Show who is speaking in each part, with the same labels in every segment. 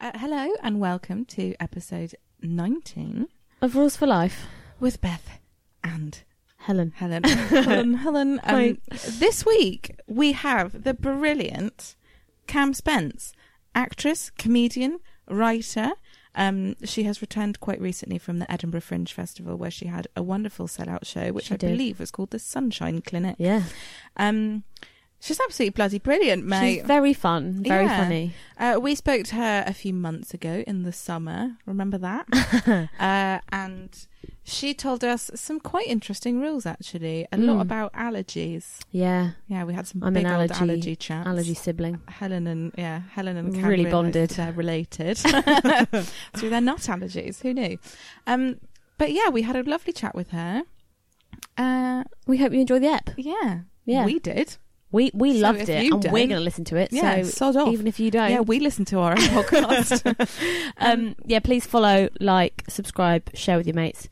Speaker 1: Uh, hello and welcome to episode 19
Speaker 2: Of Rules for Life,
Speaker 1: with Beth and
Speaker 2: Helen.
Speaker 1: Helen. Helen, Helen.
Speaker 2: Hi.
Speaker 1: Um, this week we have the brilliant Cam Spence, actress, comedian, writer. Um, she has returned quite recently from the Edinburgh Fringe Festival, where she had a wonderful sellout show, which
Speaker 2: She
Speaker 1: I
Speaker 2: did.
Speaker 1: believe was called the Sunshine Clinic.
Speaker 2: Yeah,
Speaker 1: Um, she's absolutely bloody brilliant, mate.
Speaker 2: she's very fun, very
Speaker 1: Yeah.
Speaker 2: funny.
Speaker 1: Uh, we spoke to her a few months ago in the summer. Remember that? uh, and she told us some quite interesting rules, actually. A lot
Speaker 2: Mm.
Speaker 1: about allergies.
Speaker 2: Yeah,
Speaker 1: Yeah, we had some
Speaker 2: I'm
Speaker 1: big
Speaker 2: an
Speaker 1: old
Speaker 2: allergy-
Speaker 1: allergy chats.
Speaker 2: allergy sibling.
Speaker 1: Helen and yeah, Helen and Cam
Speaker 2: Really
Speaker 1: realised
Speaker 2: bonded.
Speaker 1: They're related, so they're not allergies. Who knew? Um, but yeah, we had a lovely chat with her. Uh,
Speaker 2: We hope you enjoy the app.
Speaker 1: yeah,
Speaker 2: Yeah.
Speaker 1: we did.
Speaker 2: We we
Speaker 1: So if
Speaker 2: loved it,
Speaker 1: you
Speaker 2: and we're
Speaker 1: don't-
Speaker 2: going to listen to it.
Speaker 1: Yeah,
Speaker 2: so
Speaker 1: sod off.
Speaker 2: even if you don't,
Speaker 1: yeah, we listened to our own podcast.
Speaker 2: um, yeah, please follow, like, subscribe, share with your mates,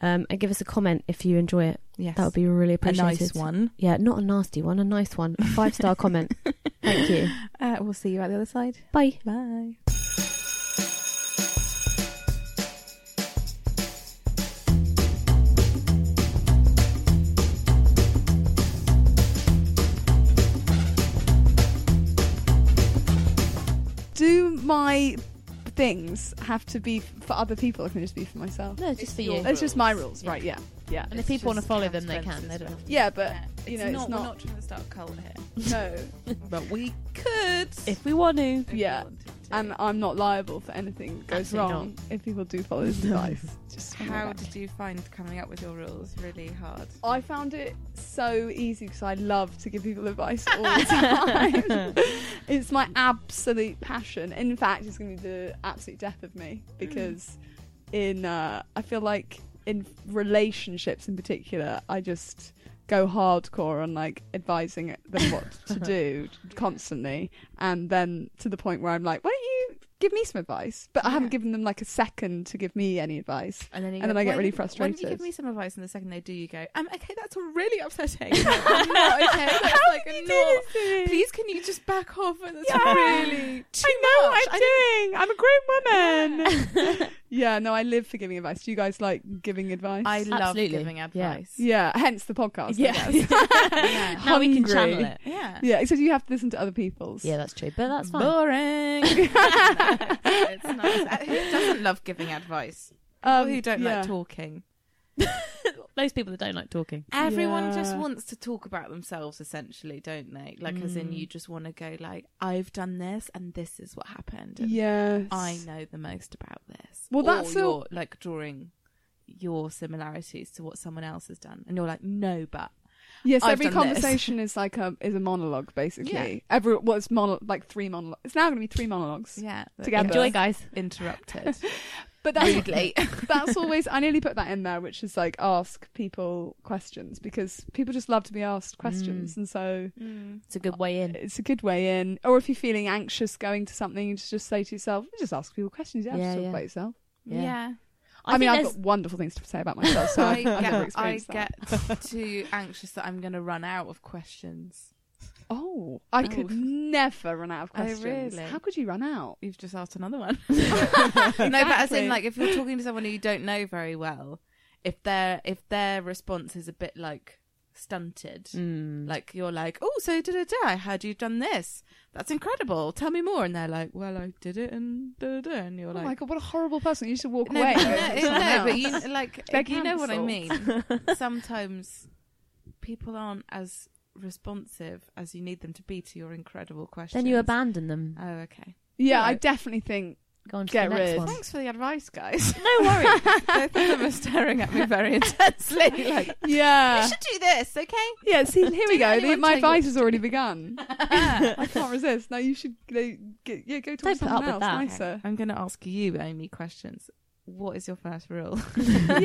Speaker 2: um, and give us a comment if you enjoy it.
Speaker 1: yes,
Speaker 2: That would be really
Speaker 1: a
Speaker 2: appreciated.
Speaker 1: nice one.
Speaker 2: Yeah, not a nasty one, a nice one, a five star comment. Thank you.
Speaker 1: Uh, we'll see you at the other side.
Speaker 2: Bye.
Speaker 1: Bye.
Speaker 3: Do my things have to be for other people? or Can it just be for myself?
Speaker 4: No, it's just for you.
Speaker 3: It's just my rules, right? Yeah, yeah,
Speaker 4: And if people want to follow them, they can. They don't have to.
Speaker 3: yeah. But you know, it's
Speaker 1: We're
Speaker 3: not.
Speaker 1: not trying to start a cult here,
Speaker 3: No,
Speaker 1: but we could.
Speaker 2: If we want to,
Speaker 1: we
Speaker 3: yeah.
Speaker 1: wanted to.
Speaker 3: and I'm not liable for anything that goes
Speaker 4: Absolutely
Speaker 3: wrong if people do follow this advice. Just wanna
Speaker 1: how
Speaker 3: let-
Speaker 1: did you find coming up with your rules really hard?
Speaker 3: I found it so easy because I love to give people advice all the time. it's my absolute passion. In fact, it's going to be the absolute death of me
Speaker 1: Mm.
Speaker 3: because in uh, I feel like in relationships in particular, I just go hardcore on like advising them what to do constantly, and then to the point where I'm like, why don't you give me some advice? But I haven't
Speaker 1: Yeah.
Speaker 3: given them like a second to give me any advice.
Speaker 1: And then, you
Speaker 3: And then I get
Speaker 1: "Why
Speaker 3: really
Speaker 1: didn't- Why didn't you
Speaker 3: frustrated."
Speaker 1: give me some advice? And the second they do, you go, um, okay, that's really upsetting.
Speaker 3: I'm not okay. That's
Speaker 1: How
Speaker 3: like
Speaker 1: did you do
Speaker 3: not.
Speaker 1: this to me? Please, can you just back off? And it's
Speaker 3: Yeah.
Speaker 1: really too much. I
Speaker 3: doing. I'm a grown woman. Yeah. no, I live for giving advice. Do you guys like giving advice?
Speaker 1: I love
Speaker 4: Absolutely.
Speaker 1: giving
Speaker 4: Yeah.
Speaker 1: advice.
Speaker 3: yeah, hence the podcast. I
Speaker 4: Yeah.
Speaker 3: guess.
Speaker 1: yeah.
Speaker 4: Now we can
Speaker 3: Hungry.
Speaker 4: channel it.
Speaker 1: yeah.
Speaker 3: yeah, except you have to listen to other people's.
Speaker 4: Yeah, that's true. But that's fine.
Speaker 1: Boring. No, it's not. Who doesn't love giving advice?
Speaker 3: Um,
Speaker 1: People who don't
Speaker 3: yeah.
Speaker 1: like talking.
Speaker 4: Those people that don't like talking.
Speaker 1: Everyone just
Speaker 3: Yeah.
Speaker 1: wants to talk about themselves, essentially, don't they? Like, as in,
Speaker 3: Mm.
Speaker 1: you just want to go like, "I've done this, and this is what happened. and
Speaker 3: Yes.
Speaker 1: I know the most about this."
Speaker 3: Well,
Speaker 1: Or
Speaker 3: that's all-
Speaker 1: you're, like drawing your similarities to what someone else has done, and you're like, "No, but
Speaker 3: Yes,
Speaker 1: I've
Speaker 3: every
Speaker 1: done this.
Speaker 3: conversation is like a is a monologue basically. Every what's it's mono, like three monologues. It's now going to be three monologues.
Speaker 1: yeah, but
Speaker 3: Together.
Speaker 1: it's
Speaker 4: Enjoy, guys.
Speaker 1: interrupted
Speaker 3: But that's
Speaker 1: rudely."
Speaker 3: that's always I nearly put that in there, which is like ask people questions because people just love to be asked
Speaker 1: Mm.
Speaker 3: questions, and so
Speaker 4: It's a good way in.
Speaker 3: it's a good way in. Or if you're feeling anxious going to something, you just say to yourself, just ask people questions. You don't have
Speaker 4: Yeah,
Speaker 3: to talk
Speaker 4: yeah.
Speaker 3: about yourself.
Speaker 4: Yeah.
Speaker 1: yeah.
Speaker 3: I, mean,
Speaker 4: think
Speaker 3: I've
Speaker 4: there's-
Speaker 3: got wonderful things to say about myself, so I,
Speaker 1: I
Speaker 3: I've never
Speaker 1: get, I
Speaker 3: experienced that.
Speaker 1: get too anxious that I'm going to run out of questions.
Speaker 3: Oh, I could
Speaker 1: Oh.
Speaker 3: never run out of
Speaker 1: Oh,
Speaker 3: questions.
Speaker 1: really?
Speaker 3: How could you run out?
Speaker 1: You've just asked another one. No, but as in,
Speaker 3: Exactly.
Speaker 1: like, if you're talking to someone who you don't know very well, if their if their response is a bit like stunted, like you're like, oh, so da da da, I heard you've done this. That's incredible. Tell me more. And they're like, well, I did it, and da da, da. And you're
Speaker 3: oh
Speaker 1: like,
Speaker 3: my god, what a horrible person! You used to walk
Speaker 1: no,
Speaker 3: away.
Speaker 1: but,
Speaker 3: and go
Speaker 1: no,
Speaker 3: to
Speaker 1: it-
Speaker 3: someone
Speaker 1: no, but
Speaker 3: else.
Speaker 1: you like
Speaker 3: They're
Speaker 1: you know what I
Speaker 3: cancelled.
Speaker 1: mean. Sometimes people aren't as responsive as you need them to be to your incredible questions.
Speaker 2: then you abandon them.
Speaker 1: Oh, okay.
Speaker 3: yeah,
Speaker 1: Yeah.
Speaker 3: I definitely think.
Speaker 2: Go on to
Speaker 3: Get
Speaker 2: the next
Speaker 3: rid.
Speaker 2: one.
Speaker 1: Thanks for the advice, guys.
Speaker 2: No worries.
Speaker 1: Both of them are staring at me very intensely. Like,
Speaker 3: Yeah,
Speaker 2: Uh.
Speaker 1: you should do this, okay?
Speaker 3: yeah. See, here we
Speaker 1: Did
Speaker 3: go.
Speaker 1: anyone
Speaker 3: The- my
Speaker 1: tell you what
Speaker 3: advice
Speaker 1: to
Speaker 3: has already begun. I can't resist. No, you should. Go, get, yeah, go talk
Speaker 2: Don't
Speaker 3: to
Speaker 2: put
Speaker 3: someone
Speaker 2: up
Speaker 3: else.
Speaker 2: with that.
Speaker 3: Nicer.
Speaker 1: I'm going to ask you only questions. What is your first rule?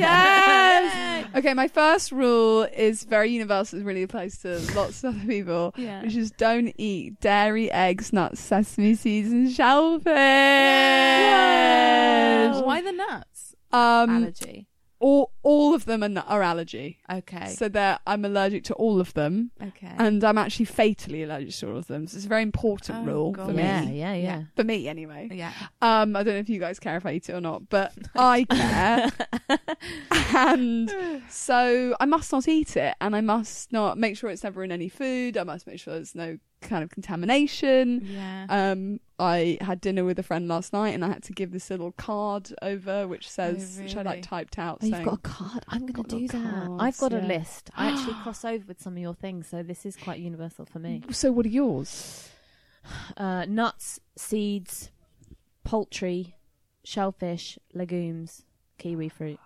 Speaker 3: yes. Okay, my first rule is very universal. It really applies to lots of other people,
Speaker 1: Yeah.
Speaker 3: which is don't eat dairy, eggs, nuts, sesame seeds, and shellfish.
Speaker 1: Why the nuts?
Speaker 3: Um,
Speaker 1: Allergy.
Speaker 3: all all of them are, are allergy.
Speaker 1: Okay. Um,
Speaker 3: So they're I'm allergic to all of them,
Speaker 1: okay.
Speaker 3: and I'm actually fatally allergic to all of them. So it's a very important
Speaker 1: Oh,
Speaker 3: rule
Speaker 1: God.
Speaker 3: for
Speaker 2: yeah,
Speaker 3: me.
Speaker 2: yeah, yeah.
Speaker 3: For me, anyway.
Speaker 1: yeah.
Speaker 3: Um, I don't know if you guys care if I eat it or not, but I care.
Speaker 2: Oh,
Speaker 3: and so I must not eat it, and I must not make sure it's never in any food. I must make sure there's no kind of contamination.
Speaker 1: Yeah.
Speaker 3: Um, I had dinner with a friend last night, and I had to give this little card over which says, which I
Speaker 1: really?
Speaker 3: like typed out.
Speaker 2: Oh,
Speaker 3: saying,
Speaker 2: you've got a card. I'm going
Speaker 3: got
Speaker 2: to do
Speaker 3: little
Speaker 2: that.
Speaker 3: cards,
Speaker 2: I've got a
Speaker 3: yeah.
Speaker 2: list. I actually cross over with some of your things, so this is quite universal for me.
Speaker 3: so what are yours?
Speaker 2: Uh, nuts, seeds, poultry, shellfish, legumes, kiwi fruit.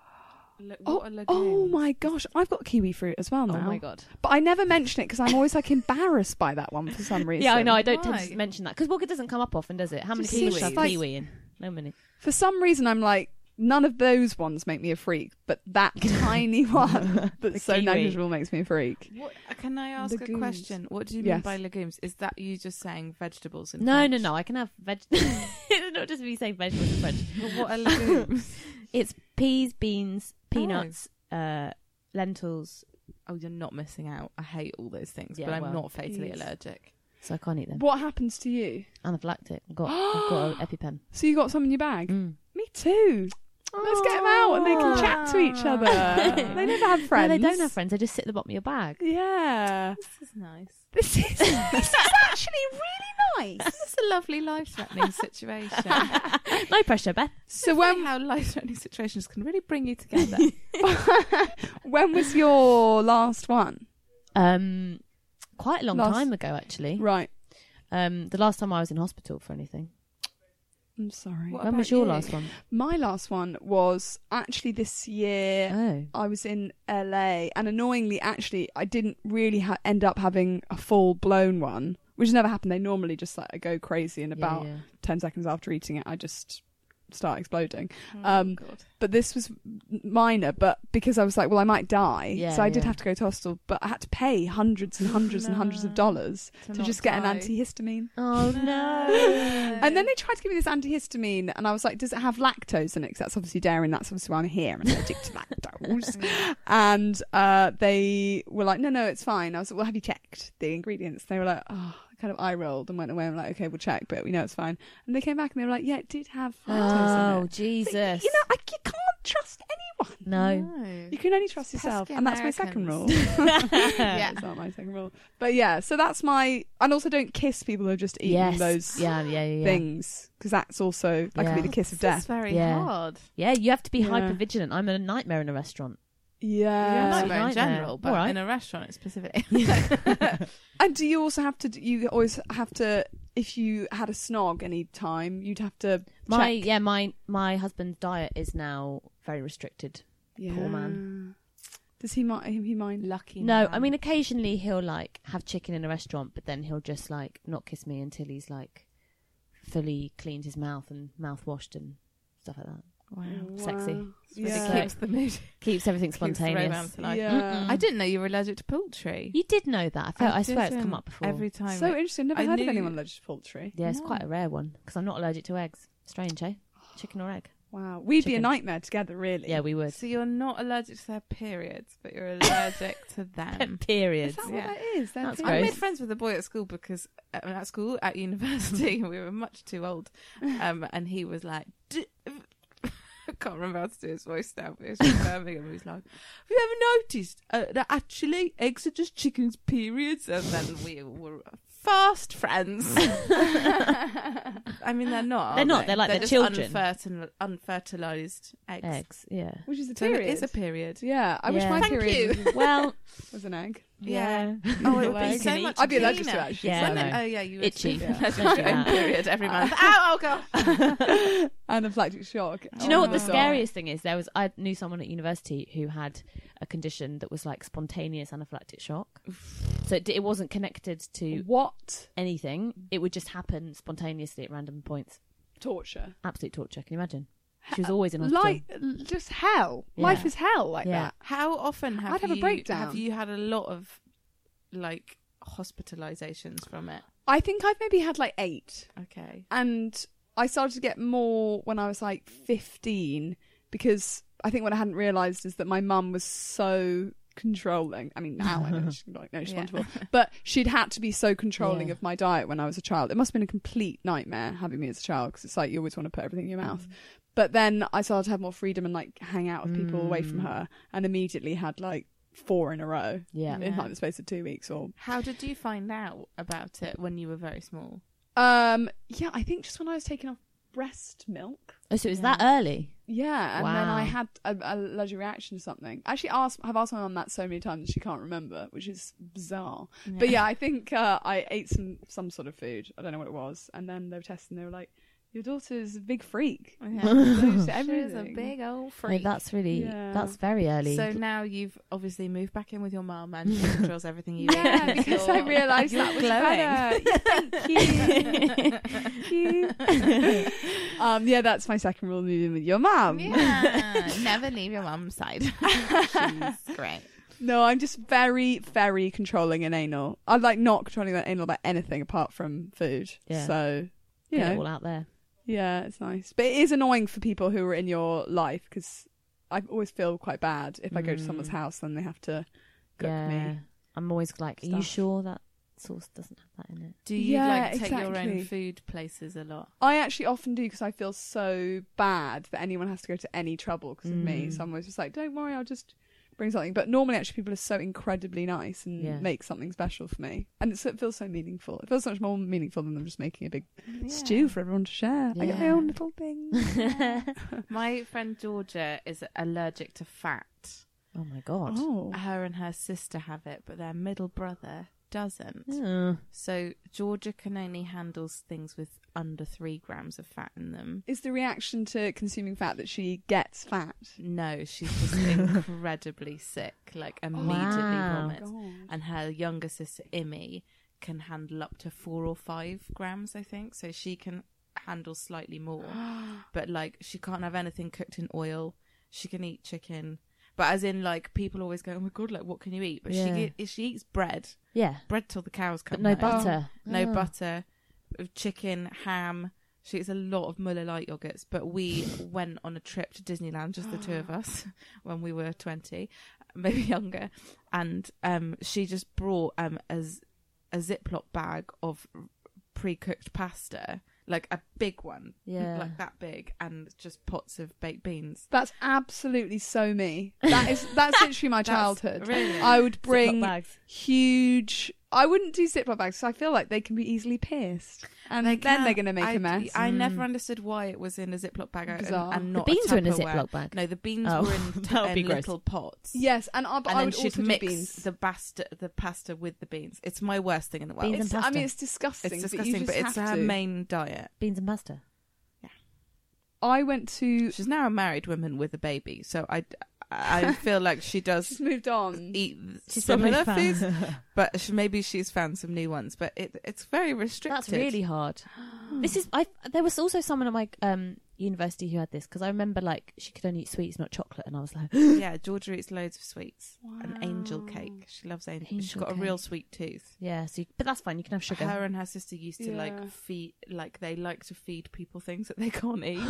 Speaker 1: oh,
Speaker 3: Oh my gosh, I've got kiwi fruit as well now.
Speaker 2: Oh, god.
Speaker 3: But I never mention it because I'm always like embarrassed by that one for some reason.
Speaker 2: Yeah, I know. I don't tend
Speaker 1: Why?
Speaker 2: to mention that because Walker doesn't come up often, does it? How many
Speaker 3: Just seems
Speaker 2: kiwi?
Speaker 3: like-
Speaker 2: kiwi in? No many.
Speaker 3: For some reason, I'm like, none of those ones make me a freak, but that tiny one that's so
Speaker 2: kiwi.
Speaker 3: negligible makes me a freak.
Speaker 1: What, can I ask a
Speaker 3: Legumes.
Speaker 1: question? What do you mean
Speaker 3: Yes.
Speaker 1: by legumes? Is that you just saying vegetables? In
Speaker 2: No, no,
Speaker 1: French?
Speaker 2: no. I can have veg. it's not just me saying vegetables in French.
Speaker 1: Well, what are legumes?
Speaker 2: It's peas, beans, peanuts, uh, lentils.
Speaker 1: oh, you're not missing out. I hate all those things,
Speaker 2: Yeah,
Speaker 1: but I'm
Speaker 2: well,
Speaker 1: not fatally
Speaker 3: geez.
Speaker 1: allergic.
Speaker 2: So I can't eat them.
Speaker 3: What happens to you?
Speaker 2: Anaphylactic. I've got, I've got an EpiPen. Oh,
Speaker 3: So you got some in your bag?
Speaker 2: Mm.
Speaker 3: Me too. Let's get them out and they can chat to each other.
Speaker 1: Aww.
Speaker 3: they never have
Speaker 2: No,
Speaker 3: friends.
Speaker 2: they don't have friends. They just sit at the bottom of your bag.
Speaker 3: Yeah.
Speaker 1: This is nice.
Speaker 3: This is, this is actually really nice.
Speaker 1: This is a lovely life-threatening situation.
Speaker 2: no pressure, Beth.
Speaker 1: so, when how life-threatening situations can really bring you together.
Speaker 3: when was your last one?
Speaker 2: Um, quite a long
Speaker 3: Last-
Speaker 2: time ago, actually.
Speaker 3: Right.
Speaker 2: Um, the last time I was in hospital for anything.
Speaker 3: I'm sorry.
Speaker 1: What
Speaker 2: when
Speaker 1: about
Speaker 2: was your
Speaker 1: you?
Speaker 2: last one?
Speaker 3: My last one was actually this year.
Speaker 2: Oh,
Speaker 3: I was in LA, and annoyingly, actually, I didn't really ha- end up having a full blown one, which never happened. They normally just like I go crazy, and
Speaker 2: yeah,
Speaker 3: about
Speaker 2: yeah.
Speaker 3: ten seconds after eating it, I just start exploding.
Speaker 1: Oh,
Speaker 3: Um,
Speaker 1: God.
Speaker 3: But this was minor, but because I was like, well, I might die,
Speaker 2: Yeah,
Speaker 3: so I did
Speaker 2: yeah.
Speaker 3: have to go to hospital. But I had to pay hundreds and hundreds and hundreds of
Speaker 1: No.
Speaker 3: dollars to
Speaker 1: not
Speaker 3: just get
Speaker 1: die.
Speaker 3: an antihistamine.
Speaker 2: Oh no.
Speaker 3: And then they tried to give me this antihistamine, and I was like, "Does it have lactose in it? 'Cause that's obviously dairy, and that's obviously why I'm here, and I'm allergic to lactose." and uh, they were like, "No, no, it's fine." I was like, "Well, have you checked the ingredients?" They were like, "Oh," I kind of eye rolled and went away. I'm like, "Okay, we'll check, but we know it's fine." And they came back and they were like, "Yeah, it did have lactose in
Speaker 2: Oh
Speaker 3: it."
Speaker 2: Jesus.
Speaker 3: You know, I, you can't trust anyone.
Speaker 2: no.
Speaker 3: You can only trust
Speaker 1: It's
Speaker 3: yourself,
Speaker 1: pesky
Speaker 3: and that's my second rule.
Speaker 1: Americans.
Speaker 3: yeah, it's not my second rule, but yeah. So that's my, and also don't kiss people who have just eaten
Speaker 2: Yes.
Speaker 3: those
Speaker 2: Yeah, yeah, yeah. yeah.
Speaker 3: things because that's also that could
Speaker 2: Yeah.
Speaker 3: be the kiss of
Speaker 1: That's
Speaker 3: death.
Speaker 1: very
Speaker 2: Yeah. Uh,
Speaker 1: hard.
Speaker 2: Yeah, you have to be
Speaker 3: Yeah.
Speaker 2: hyper vigilant. I'm a nightmare in a restaurant.
Speaker 1: Yeah,
Speaker 3: Yeah.
Speaker 2: You're
Speaker 1: not
Speaker 2: Nightmare.
Speaker 1: in general, but
Speaker 2: Alright.
Speaker 1: in a restaurant specifically.
Speaker 3: And do you also have to? do- You always have to. If you had a snog any time, you'd have to.
Speaker 2: My
Speaker 3: check.
Speaker 2: yeah, my my husband's diet is now very restricted. poor man.
Speaker 3: Does he mind? He mind?
Speaker 1: Lucky.
Speaker 2: No, I
Speaker 1: man.
Speaker 2: mean occasionally he'll like have chicken in a restaurant, but then he'll just like not kiss me until he's like fully cleaned his mouth and mouthwashed and stuff like that.
Speaker 1: wow.
Speaker 2: Sexy.
Speaker 3: Wow.
Speaker 1: Really
Speaker 3: Yeah.
Speaker 1: keeps the mood.
Speaker 2: Keeps everything
Speaker 1: keeps the
Speaker 2: spontaneous.
Speaker 1: romance alive.
Speaker 3: Yeah.
Speaker 1: I didn't know you were allergic to poultry.
Speaker 2: you did know that. I felt. I, swear it's
Speaker 1: didn't.
Speaker 2: come up before.
Speaker 1: Every time.
Speaker 3: So
Speaker 1: it-
Speaker 3: interesting. Never
Speaker 1: I
Speaker 3: heard of
Speaker 1: knew-
Speaker 3: anyone allergic to poultry.
Speaker 2: yeah, it's
Speaker 1: No.
Speaker 2: quite a rare one because I'm not allergic to eggs. Strange, eh? Chicken or egg?
Speaker 3: Wow, we'd be a
Speaker 2: Chicken.
Speaker 3: nightmare together, really.
Speaker 2: Yeah, we would.
Speaker 1: so you're not allergic to their periods, but you're allergic to
Speaker 2: Um,
Speaker 1: them.
Speaker 3: Is
Speaker 2: Periods.
Speaker 3: that
Speaker 1: Yeah.
Speaker 3: what that is? They're
Speaker 2: That's
Speaker 3: big-
Speaker 1: I
Speaker 2: gross.
Speaker 1: made friends with a boy at school because uh, at school at university we were much too old, um, and he was like, D- I can't remember how to do his voice now, but it was from Birmingham. He was like, "Have you ever noticed uh, that actually eggs are just chickens' periods?" And then we were fast friends. I mean, they're not. are
Speaker 2: They're not,
Speaker 1: they?
Speaker 2: they're like the
Speaker 1: just
Speaker 2: children.
Speaker 1: unfertil- unfertilized eggs.
Speaker 2: Eggs. Yeah.
Speaker 3: Which is a
Speaker 1: So
Speaker 3: period.
Speaker 1: it is a period.
Speaker 3: Yeah, I wish
Speaker 2: Yeah.
Speaker 3: my
Speaker 2: Thank
Speaker 3: period was-
Speaker 2: Well,
Speaker 3: was an egg.
Speaker 1: Yeah.
Speaker 2: yeah.
Speaker 1: Oh, it would
Speaker 3: Well,
Speaker 1: be
Speaker 3: you
Speaker 1: so
Speaker 2: can
Speaker 1: much.
Speaker 3: I'd be allergic to
Speaker 1: cleaner.
Speaker 3: it, actually.
Speaker 2: Yeah,
Speaker 3: so-
Speaker 1: Wouldn't it?
Speaker 2: no.
Speaker 1: Oh yeah, you would
Speaker 2: Itchy.
Speaker 1: be
Speaker 3: Yeah.
Speaker 1: allergic to your own
Speaker 2: Yeah.
Speaker 1: period every month. Ow, oh god.
Speaker 3: Anaphylactic shock.
Speaker 2: Do you know what the
Speaker 1: Oh.
Speaker 2: scariest thing is? There was I knew someone at university who had a condition that was like spontaneous anaphylactic shock. So it, d- it wasn't connected to
Speaker 3: What
Speaker 2: anything. It would just happen spontaneously at random points.
Speaker 3: torture?
Speaker 2: Absolute torture. Can you imagine? She was always in hospital.
Speaker 3: Like just hell.
Speaker 2: Yeah.
Speaker 3: Life is hell like
Speaker 2: Yeah.
Speaker 3: that.
Speaker 1: How often have
Speaker 3: I'd have a
Speaker 1: you
Speaker 3: breakdown.
Speaker 1: have you had a lot of like hospitalizations from it?
Speaker 3: I think I've maybe had like eight,
Speaker 1: Okay.
Speaker 3: and I started to get more when I was like fifteen because I think what I hadn't realised is that my mum was so controlling. I mean, now I know she's like, no, she's
Speaker 1: Yeah.
Speaker 3: wonderful, but she'd had to be so controlling
Speaker 4: Yeah.
Speaker 3: of my diet when I was a child. It must have been a complete nightmare having me as a child because it's like you always want to put everything in your mouth. But then I started to have more freedom and like hang out with people away from her, and immediately had like four in a row
Speaker 4: Yeah.
Speaker 1: Yeah.
Speaker 3: in like the space of two weeks or
Speaker 1: How did you find out about it when you were very small?
Speaker 3: um yeah i think just when i was taking off breast milk
Speaker 4: Oh, so it was
Speaker 1: Yeah.
Speaker 4: that early?
Speaker 3: yeah and then i
Speaker 4: Wow.
Speaker 3: had a, a allergic reaction to something I actually asked i've asked my mum that so many times she can't remember which is bizarre but yeah i think uh, i ate some some sort of food i don't know what it was and then they were testing they were like your daughter's a big freak
Speaker 1: Yeah. she was a
Speaker 3: everything.
Speaker 1: big old
Speaker 4: Oh,
Speaker 1: freak.
Speaker 4: that's really
Speaker 3: Yeah.
Speaker 4: that's very early.
Speaker 1: So now you've obviously moved back in with your mum and she controls everything you eat.
Speaker 3: yeah
Speaker 1: and
Speaker 3: because i
Speaker 1: you're-
Speaker 3: realized that was better thank you thank you um yeah that's my second rule moving with your mum
Speaker 1: Yeah, never leave your mum's side. She's great.
Speaker 3: No, I'm just very, very controlling in anal. I'm like not controlling that anal about anything apart from food.
Speaker 4: Yeah.
Speaker 3: So, you
Speaker 4: Get it
Speaker 3: know,
Speaker 4: all out there.
Speaker 3: yeah, it's nice. But it is annoying for people who are in your life because I always feel quite bad if I go to someone's
Speaker 4: Mm.
Speaker 3: house and they have to cook
Speaker 4: yeah.
Speaker 3: me.
Speaker 4: I'm always like, are you
Speaker 3: Stuff.
Speaker 4: sure that sauce doesn't have that in it?
Speaker 1: Do you
Speaker 3: Yeah,
Speaker 1: like take your
Speaker 3: exactly.
Speaker 1: own food places a lot?
Speaker 3: I actually often do because I feel so bad that anyone has to go to any trouble because of me.
Speaker 4: Mm.
Speaker 3: So I'm always just like, don't worry, I'll just bring something. But normally, actually, people are so incredibly nice and
Speaker 4: Yeah.
Speaker 3: make something special for me. And it's, it feels so meaningful. It feels so much more meaningful than them just making a big stew for everyone to share. I get my
Speaker 4: Yeah.
Speaker 3: own little thing.
Speaker 1: My friend Georgia is allergic to fat.
Speaker 4: Oh my god.
Speaker 3: oh.
Speaker 1: Her and her sister have it, but their middle brother doesn't.
Speaker 4: Yeah.
Speaker 1: So Georgia can only handle things with under three grams of fat in them.
Speaker 3: Is the reaction to consuming fat that she gets fat?
Speaker 1: No, she's just incredibly sick, like immediately
Speaker 4: Wow.
Speaker 1: vomits. and her younger sister Imi can handle up to four or five grams, I think. So she can handle slightly more, but like she can't have anything cooked in oil. She can eat chicken, but as in like people always go, "Oh my god, like what can you eat?" But
Speaker 4: Yeah.
Speaker 1: she ge- she eats bread, bread till the cows
Speaker 4: But
Speaker 1: come.
Speaker 4: no
Speaker 1: home.
Speaker 4: butter.
Speaker 1: no
Speaker 4: Oh.
Speaker 1: butter, chicken, ham. She eats a lot of Muller light yogurts, but we went on a trip to Disneyland, just the two of us, when we were 20, maybe younger. And um, she just brought um, a, z- a Ziploc bag of pre cooked pasta, like a big one,
Speaker 4: Yeah.
Speaker 1: like that big, and just pots of baked beans.
Speaker 3: That's absolutely so me. That is that's literally my
Speaker 1: That's
Speaker 3: childhood.
Speaker 1: really-
Speaker 3: I would bring
Speaker 2: bags.
Speaker 3: huge. I wouldn't do Ziploc bags 'cause I feel like they can be easily pierced, and then
Speaker 1: can-
Speaker 3: they're going to make
Speaker 1: I-
Speaker 3: a mess.
Speaker 1: I never understood why it was in a Ziploc bag and,
Speaker 3: Bizarre.
Speaker 1: and
Speaker 4: Mm. The
Speaker 1: not
Speaker 4: beans
Speaker 1: a
Speaker 4: are in a
Speaker 1: Tupperware.
Speaker 4: Ziploc bag.
Speaker 1: No, the beans
Speaker 4: Oh,
Speaker 1: were in,
Speaker 4: that would be
Speaker 1: in
Speaker 4: gross.
Speaker 1: little pots.
Speaker 3: yes, and I, but
Speaker 1: and
Speaker 3: I
Speaker 1: then
Speaker 3: would
Speaker 1: she'd
Speaker 3: also
Speaker 1: mix
Speaker 3: do beans.
Speaker 1: the pasta, the pasta with the beans. It's my worst thing in the world.
Speaker 4: Beans
Speaker 1: It's,
Speaker 4: and
Speaker 3: It's- I
Speaker 4: pasta.
Speaker 3: mean, it's disgusting.
Speaker 1: it's
Speaker 3: but, you
Speaker 1: disgusting, but,
Speaker 3: just
Speaker 1: it's
Speaker 3: have
Speaker 1: her
Speaker 3: to.
Speaker 1: main diet.
Speaker 4: Beans and pasta.
Speaker 3: I went to.
Speaker 1: She's now a married woman with a baby, so I, I feel like she
Speaker 3: She's
Speaker 1: does
Speaker 3: moved on.
Speaker 1: eat
Speaker 2: She's
Speaker 1: similar
Speaker 2: so many
Speaker 1: foods, but she, maybe she's found some new ones. But it, it's very restricted.
Speaker 4: That's really hard.
Speaker 3: Hmm.
Speaker 4: this is I. There was also someone at my um, university who had this because I remember like she could only eat sweets, not chocolate, and I was like,
Speaker 1: yeah. Georgia eats loads of sweets. An angel
Speaker 3: Wow.
Speaker 1: cake. She loves angel. she's
Speaker 4: Angel
Speaker 1: got a real
Speaker 4: cake.
Speaker 1: sweet tooth.
Speaker 4: yeah. So, you, but that's fine. You can have sugar.
Speaker 1: Her and her sister used to
Speaker 3: Yeah.
Speaker 1: like feed, like they like to feed people things that they can't eat.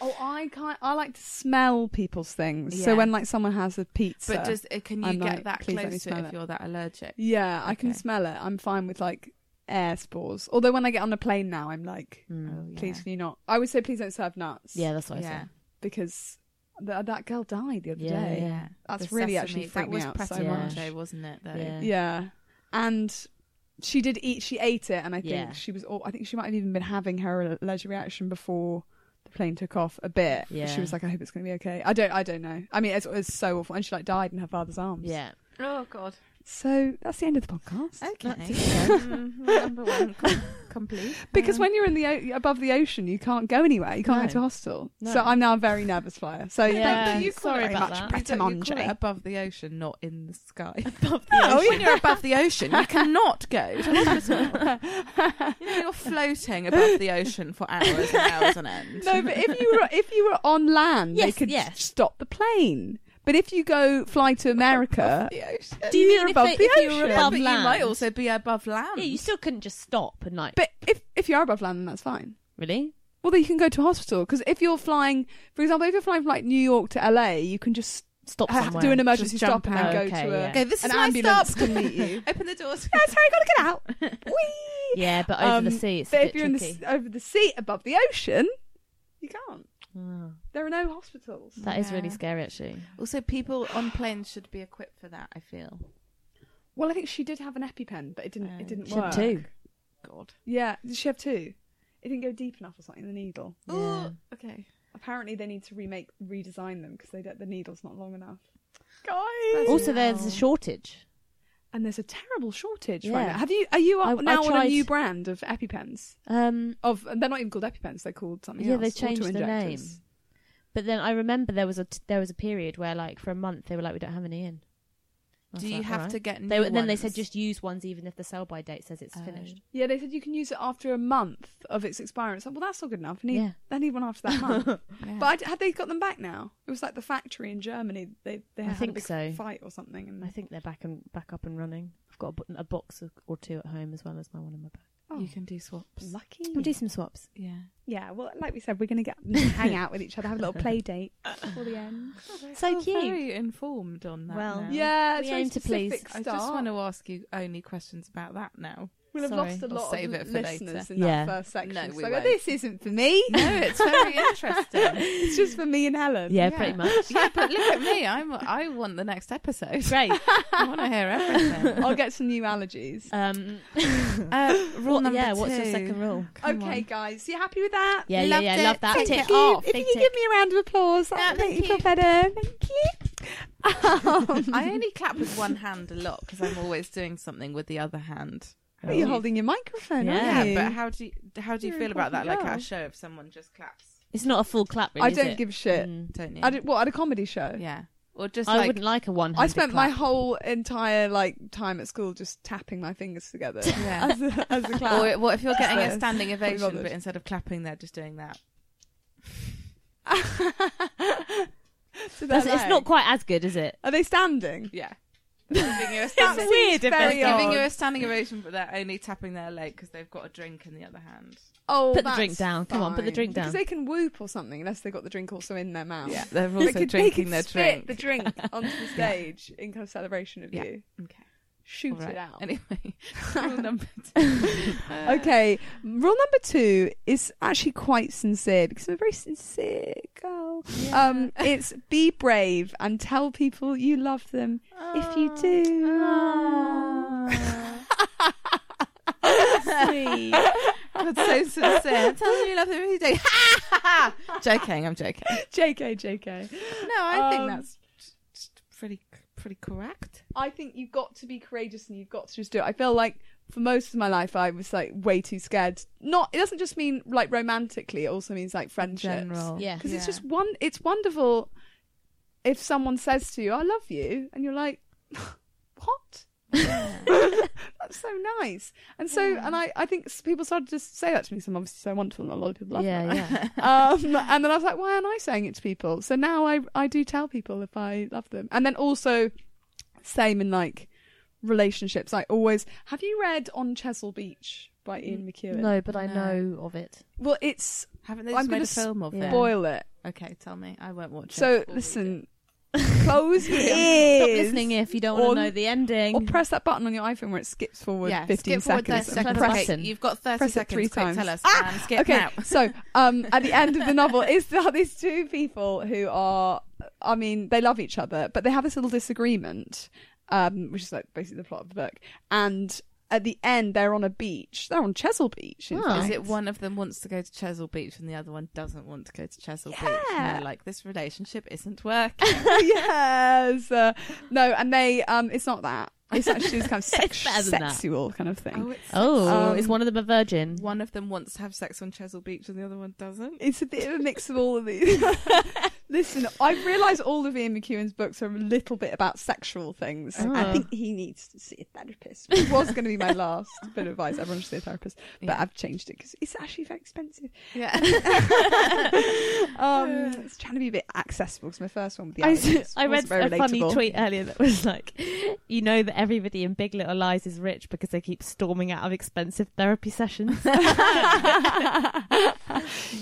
Speaker 3: Oh, I can't. I like to smell people's things. So
Speaker 1: Yeah.
Speaker 3: when like someone has a pizza,
Speaker 1: But just uh, can you
Speaker 3: I'm
Speaker 1: get
Speaker 3: like,
Speaker 1: that
Speaker 3: "Please let me
Speaker 1: close to it
Speaker 3: smell
Speaker 1: if
Speaker 3: it."
Speaker 1: you're that allergic?
Speaker 3: yeah, I can
Speaker 1: Okay.
Speaker 3: smell it. I'm fine with like air spores. Although when I get on a plane now, I'm like,
Speaker 4: Mm.
Speaker 3: please can you not? I would say please don't serve nuts.
Speaker 4: Yeah, that's what I
Speaker 1: Oh, yeah.
Speaker 4: said.
Speaker 3: because th- that girl died the other
Speaker 4: Yeah,
Speaker 3: day.
Speaker 4: yeah.
Speaker 3: That's
Speaker 1: The
Speaker 3: really
Speaker 1: sesame-
Speaker 3: actually
Speaker 1: that
Speaker 3: freaked
Speaker 1: was
Speaker 3: me out so
Speaker 1: Pret a
Speaker 3: much.
Speaker 1: Manger, wasn't it? Though.
Speaker 4: Yeah.
Speaker 3: Yeah, and she did eat. She ate it, and I think
Speaker 4: Yeah.
Speaker 3: she was. All, I think she might have even been having her allergic reaction before the plane took off a bit.
Speaker 4: Yeah.
Speaker 3: she was like, "I hope it's going to be okay." I don't. I don't know. I mean, it's, it's so awful, and she like died in her father's arms.
Speaker 4: Yeah.
Speaker 1: Oh God.
Speaker 3: So that's the end of the podcast.
Speaker 1: Okay. um, number one, com- complete.
Speaker 3: Because when you're in the o- above the ocean, you can't go anywhere. You can't
Speaker 4: No.
Speaker 3: go to a hostel.
Speaker 4: No.
Speaker 3: So I'm now a very nervous flyer. So
Speaker 4: Yeah.
Speaker 3: thank you.
Speaker 4: You call it very much
Speaker 1: You
Speaker 3: Pret a
Speaker 1: don't- you call
Speaker 3: Manger.
Speaker 1: it above the ocean, not in the sky.
Speaker 3: Oh,
Speaker 1: When you're above the ocean, you cannot go. To hospital. you know, you're floating above the ocean for hours and hours on end.
Speaker 3: No, but if you were if you were on land, they
Speaker 4: Yes,
Speaker 3: could
Speaker 4: yes.
Speaker 3: stop the plane. But if you go fly to America,
Speaker 1: The ocean.
Speaker 4: Do you
Speaker 3: You're
Speaker 4: mean
Speaker 3: above
Speaker 4: if, they,
Speaker 3: the
Speaker 4: if you were
Speaker 3: ocean.
Speaker 1: Yeah,
Speaker 4: above
Speaker 1: but you
Speaker 4: land?
Speaker 1: might also be above land.
Speaker 4: yeah, you still couldn't just stop and like
Speaker 3: but if if you are above land, then that's fine.
Speaker 4: really.
Speaker 3: Well, that you can go to hospital because if you're flying, for example, if you're flying from like New York to LA, you can just
Speaker 4: Stop
Speaker 3: ha-
Speaker 4: somewhere.
Speaker 3: do an emergency
Speaker 1: Just jump
Speaker 3: stop and then
Speaker 1: out.
Speaker 3: go
Speaker 4: Okay,
Speaker 3: to a,
Speaker 4: yeah.
Speaker 1: Okay, this
Speaker 3: an
Speaker 1: is my
Speaker 3: ambulance
Speaker 1: stop.
Speaker 3: can meet you.
Speaker 1: Open the doors.
Speaker 3: yeah, sorry, gotta get out. Whee!
Speaker 4: yeah, but over the
Speaker 3: Um,
Speaker 4: sea, it's
Speaker 3: But
Speaker 4: a
Speaker 3: if
Speaker 4: bit
Speaker 3: you're in the,
Speaker 4: tricky.
Speaker 3: s- over the sea above the ocean, you can't.
Speaker 4: Oh,
Speaker 3: There are no hospitals.
Speaker 4: that is really
Speaker 1: Yeah.
Speaker 4: scary, actually.
Speaker 1: Also, people on planes should be equipped for that. I feel.
Speaker 3: Well, I think she did have an EpiPen, but it didn't.
Speaker 1: Um,
Speaker 3: it didn't
Speaker 4: Uh, She had
Speaker 3: work.
Speaker 4: two.
Speaker 1: God.
Speaker 3: Yeah, did she have two? It didn't go deep enough or something. The needle.
Speaker 4: Yeah.
Speaker 1: Ooh, Oh, okay.
Speaker 3: Apparently, they need to remake, redesign them because they don't, the needle's not long enough. Guys.
Speaker 1: That's-
Speaker 4: Also, there's a shortage.
Speaker 3: And there's a terrible shortage right
Speaker 4: Yeah.
Speaker 3: now. Have you? Are you
Speaker 4: I-
Speaker 3: up
Speaker 4: I
Speaker 3: now on a
Speaker 4: tried-
Speaker 3: new brand of EpiPens?
Speaker 4: Um,
Speaker 3: Of they're not even called EpiPens. They're called something
Speaker 4: Yeah,
Speaker 3: else.
Speaker 4: they changed the name.
Speaker 3: Auto-injectors.
Speaker 4: but then I remember there was a t- there was a period where, like, for a month they were like, we don't have any in. I
Speaker 1: Do
Speaker 4: was
Speaker 1: you
Speaker 4: like,
Speaker 1: have
Speaker 4: "Alright."
Speaker 1: to get new
Speaker 4: They were, then they said
Speaker 1: ones?
Speaker 4: just use ones, even if the sell by date says it's
Speaker 1: Oh.
Speaker 4: finished.
Speaker 3: Yeah, they said you can use it after a month of its expiry. It's like, well, that's not good enough. I need,
Speaker 4: Yeah.
Speaker 3: I need one after that month.
Speaker 1: Yeah.
Speaker 3: But I d had they got them back now? It was like the factory in Germany. They they
Speaker 4: I
Speaker 3: had a
Speaker 4: think
Speaker 3: big
Speaker 4: so.
Speaker 3: fight or something, and
Speaker 4: I think they're back and back up and running. I've got a, bo- a box or two at home as well as my one in my bag.
Speaker 3: oh,
Speaker 1: you can do swaps.
Speaker 3: lucky.
Speaker 4: We'll do some swaps.
Speaker 1: Yeah.
Speaker 3: Yeah, well, like we said, we're gonna get hang out with each other, have a little play date for the end.
Speaker 4: So
Speaker 1: I feel
Speaker 4: cute.
Speaker 1: Very informed on that.
Speaker 4: Well,
Speaker 1: now.
Speaker 3: Yeah,
Speaker 4: We
Speaker 3: it's very
Speaker 4: aim to please.
Speaker 3: specific
Speaker 1: I
Speaker 3: stuff.
Speaker 1: just want to ask you only questions about that now.
Speaker 3: We'll have
Speaker 4: Sorry,
Speaker 3: lost a
Speaker 1: I'll
Speaker 3: lot
Speaker 1: save
Speaker 3: of
Speaker 1: it for
Speaker 3: listeners
Speaker 1: later.
Speaker 3: in
Speaker 4: Yeah.
Speaker 3: that first section.
Speaker 1: No, we
Speaker 3: so
Speaker 1: won't.
Speaker 3: this isn't for me.
Speaker 1: No, it's very interesting.
Speaker 3: it's just for me and Helen.
Speaker 4: Yeah,
Speaker 1: Yeah.
Speaker 4: pretty much.
Speaker 1: yeah, but look at me. I'm. I want the next episode.
Speaker 4: Great.
Speaker 1: I want to hear everything.
Speaker 3: I'll get some new allergies.
Speaker 4: Um,
Speaker 1: Uh, rule
Speaker 4: what-
Speaker 1: number
Speaker 4: yeah, what's your
Speaker 1: two.
Speaker 4: second rule?
Speaker 1: Come
Speaker 3: okay,
Speaker 1: on.
Speaker 3: guys, you happy with that?
Speaker 4: Yeah,
Speaker 1: Loved
Speaker 4: yeah, yeah.
Speaker 1: it.
Speaker 4: Love that.
Speaker 1: Thank
Speaker 4: tick
Speaker 1: you.
Speaker 4: off.
Speaker 3: If
Speaker 4: Big
Speaker 3: you can
Speaker 4: tick.
Speaker 3: give me a round of applause,
Speaker 1: Yeah,
Speaker 3: that'll
Speaker 1: thank
Speaker 3: make you feel
Speaker 1: you.
Speaker 3: better. Thank you. Um,
Speaker 1: I only clap with one hand a lot because I'm always doing something with the other hand. How
Speaker 3: You're
Speaker 1: do you-
Speaker 3: holding your microphone,
Speaker 4: Yeah.
Speaker 1: Yeah,
Speaker 3: aren't you?
Speaker 1: but how do you how do you
Speaker 3: You're
Speaker 1: feel about that?
Speaker 3: important
Speaker 1: Like at a
Speaker 3: girl.
Speaker 1: show, if someone just claps,
Speaker 4: It's not a full clap. Really,
Speaker 3: I
Speaker 4: is
Speaker 3: don't
Speaker 4: it?
Speaker 3: give a shit.
Speaker 4: Mm.
Speaker 1: don't you?
Speaker 3: I did, what at a comedy show?
Speaker 1: Yeah, or just
Speaker 4: I
Speaker 1: like
Speaker 4: wouldn't like a one.
Speaker 3: I spent my whole entire like time at school just tapping my fingers together
Speaker 1: Yeah.
Speaker 3: as a, as a clap.
Speaker 1: Or what if you're getting
Speaker 3: Yes.
Speaker 1: a standing ovation,
Speaker 3: bothered.
Speaker 1: but instead of clapping, they're just doing that?
Speaker 3: So they're
Speaker 4: That's, it's
Speaker 3: like-
Speaker 4: not quite as good, is it?
Speaker 3: Are they standing?
Speaker 1: Yeah, They're giving you a
Speaker 3: That's
Speaker 1: standing,
Speaker 3: weird.
Speaker 1: they're
Speaker 3: Very
Speaker 1: giving
Speaker 3: odd.
Speaker 1: you a standing ovation, but they're only tapping their leg because they've got a drink in the other hand.
Speaker 3: oh,
Speaker 4: Put the
Speaker 3: that's
Speaker 4: drink down. Come on, put the
Speaker 3: fine.
Speaker 4: drink down.
Speaker 3: Because they can whoop or something unless they got the drink also in their mouth.
Speaker 1: Yeah, they're
Speaker 3: Oh. They
Speaker 1: also
Speaker 3: could- they
Speaker 1: drinking
Speaker 3: could
Speaker 1: their
Speaker 3: spit
Speaker 1: drink.
Speaker 3: the drink onto the stage in kind of celebration of
Speaker 1: Yeah.
Speaker 3: you.
Speaker 1: okay,
Speaker 3: Shoot
Speaker 1: all right.
Speaker 3: it out.
Speaker 1: Anyway, rule number two.
Speaker 3: Okay, rule number two is actually quite sincere because I'm a very sincere girl. Um, it's be brave and tell people you love them if you
Speaker 1: Ah.
Speaker 3: do.
Speaker 4: Sweet.
Speaker 1: God, so sincere. Tell them you love them every day. joking, I'm joking.
Speaker 3: JK, JK.
Speaker 1: No, I
Speaker 3: Um,
Speaker 1: think that's just pretty pretty correct.
Speaker 3: I think you've got to be courageous and you've got to just do it. I feel like for most of my life I was like way too scared. Not it doesn't just mean like romantically, it also means like friendships.
Speaker 1: General,
Speaker 4: Yeah.
Speaker 3: Because it's just one it's wonderful if someone says to you, I love you and you're like, What? That's so nice. And so and I, I think s- people started to say that to me because I'm obviously so wonderful and a lot of people love me.
Speaker 4: yeah, yeah.
Speaker 3: um, and then I was like, why aren't I saying it to people? So now I I do tell people if I love them, and then also same in like relationships. I always have you read On Chesil Beach by Ian McEwan?
Speaker 4: No, but I
Speaker 1: No.
Speaker 4: know of it.
Speaker 3: Well, it's
Speaker 1: Haven't they
Speaker 3: I'm
Speaker 1: just made
Speaker 3: gonna
Speaker 1: a film of
Speaker 4: Yeah.
Speaker 1: it?
Speaker 3: boil it.
Speaker 1: Okay, tell me. I won't watch it.
Speaker 3: So listen, close your ears.
Speaker 4: Stop listening if you don't
Speaker 3: Or-
Speaker 4: want to know the
Speaker 3: Or
Speaker 4: ending.
Speaker 3: press that button on your iPhone where it skips forward
Speaker 1: yeah,
Speaker 3: 15
Speaker 1: skip forward
Speaker 3: seconds.
Speaker 1: 30 seconds.
Speaker 4: press
Speaker 1: Okay,
Speaker 4: it.
Speaker 1: You've got 30
Speaker 3: Press it
Speaker 1: seconds.
Speaker 3: three
Speaker 1: Quick,
Speaker 3: times.
Speaker 1: tell us.
Speaker 3: Ah!
Speaker 1: and skip
Speaker 3: okay,
Speaker 1: now.
Speaker 3: so um, at the end of the novel, is there are these two people who are, I mean, they love each other, but they have this little disagreement, um, which is like basically the plot of the book. And at the end, they're on a beach. They're on Chesil Beach. in
Speaker 4: Oh.
Speaker 1: Is
Speaker 3: fact.
Speaker 1: it one of them wants to go to Chesil Beach and the other one doesn't want to go to Chesil Beach?
Speaker 3: Yeah.
Speaker 1: And they're like, this relationship isn't working.
Speaker 4: Oh.
Speaker 3: yes. Uh, no, and they, um, it's not that. It's actually this kind of sex-
Speaker 4: better than that.
Speaker 3: sexual kind of thing.
Speaker 1: it's
Speaker 4: Oh,
Speaker 3: Um,
Speaker 4: is one of them a virgin?
Speaker 1: one of them wants to have sex on Chesil Beach and the other one doesn't.
Speaker 3: It's a bit of a mix of all of these. Listen, I realise all of Ian McEwan's books are a little bit about sexual things. I
Speaker 1: Ah.
Speaker 4: Oh.
Speaker 3: think he needs to see a therapist. It was going to be my last bit of advice. Everyone should see a therapist, but
Speaker 1: Yeah.
Speaker 3: I've changed it because it's actually very expensive.
Speaker 1: Yeah.
Speaker 3: Um, it's trying to be a bit accessible because my first one with the
Speaker 2: I,
Speaker 3: allergies
Speaker 2: s- I
Speaker 3: wasn't
Speaker 2: read
Speaker 3: very
Speaker 2: a funny
Speaker 3: relatable.
Speaker 2: tweet earlier that was like, you know that everybody in Big Little Lies is rich because they keep storming out of expensive therapy sessions.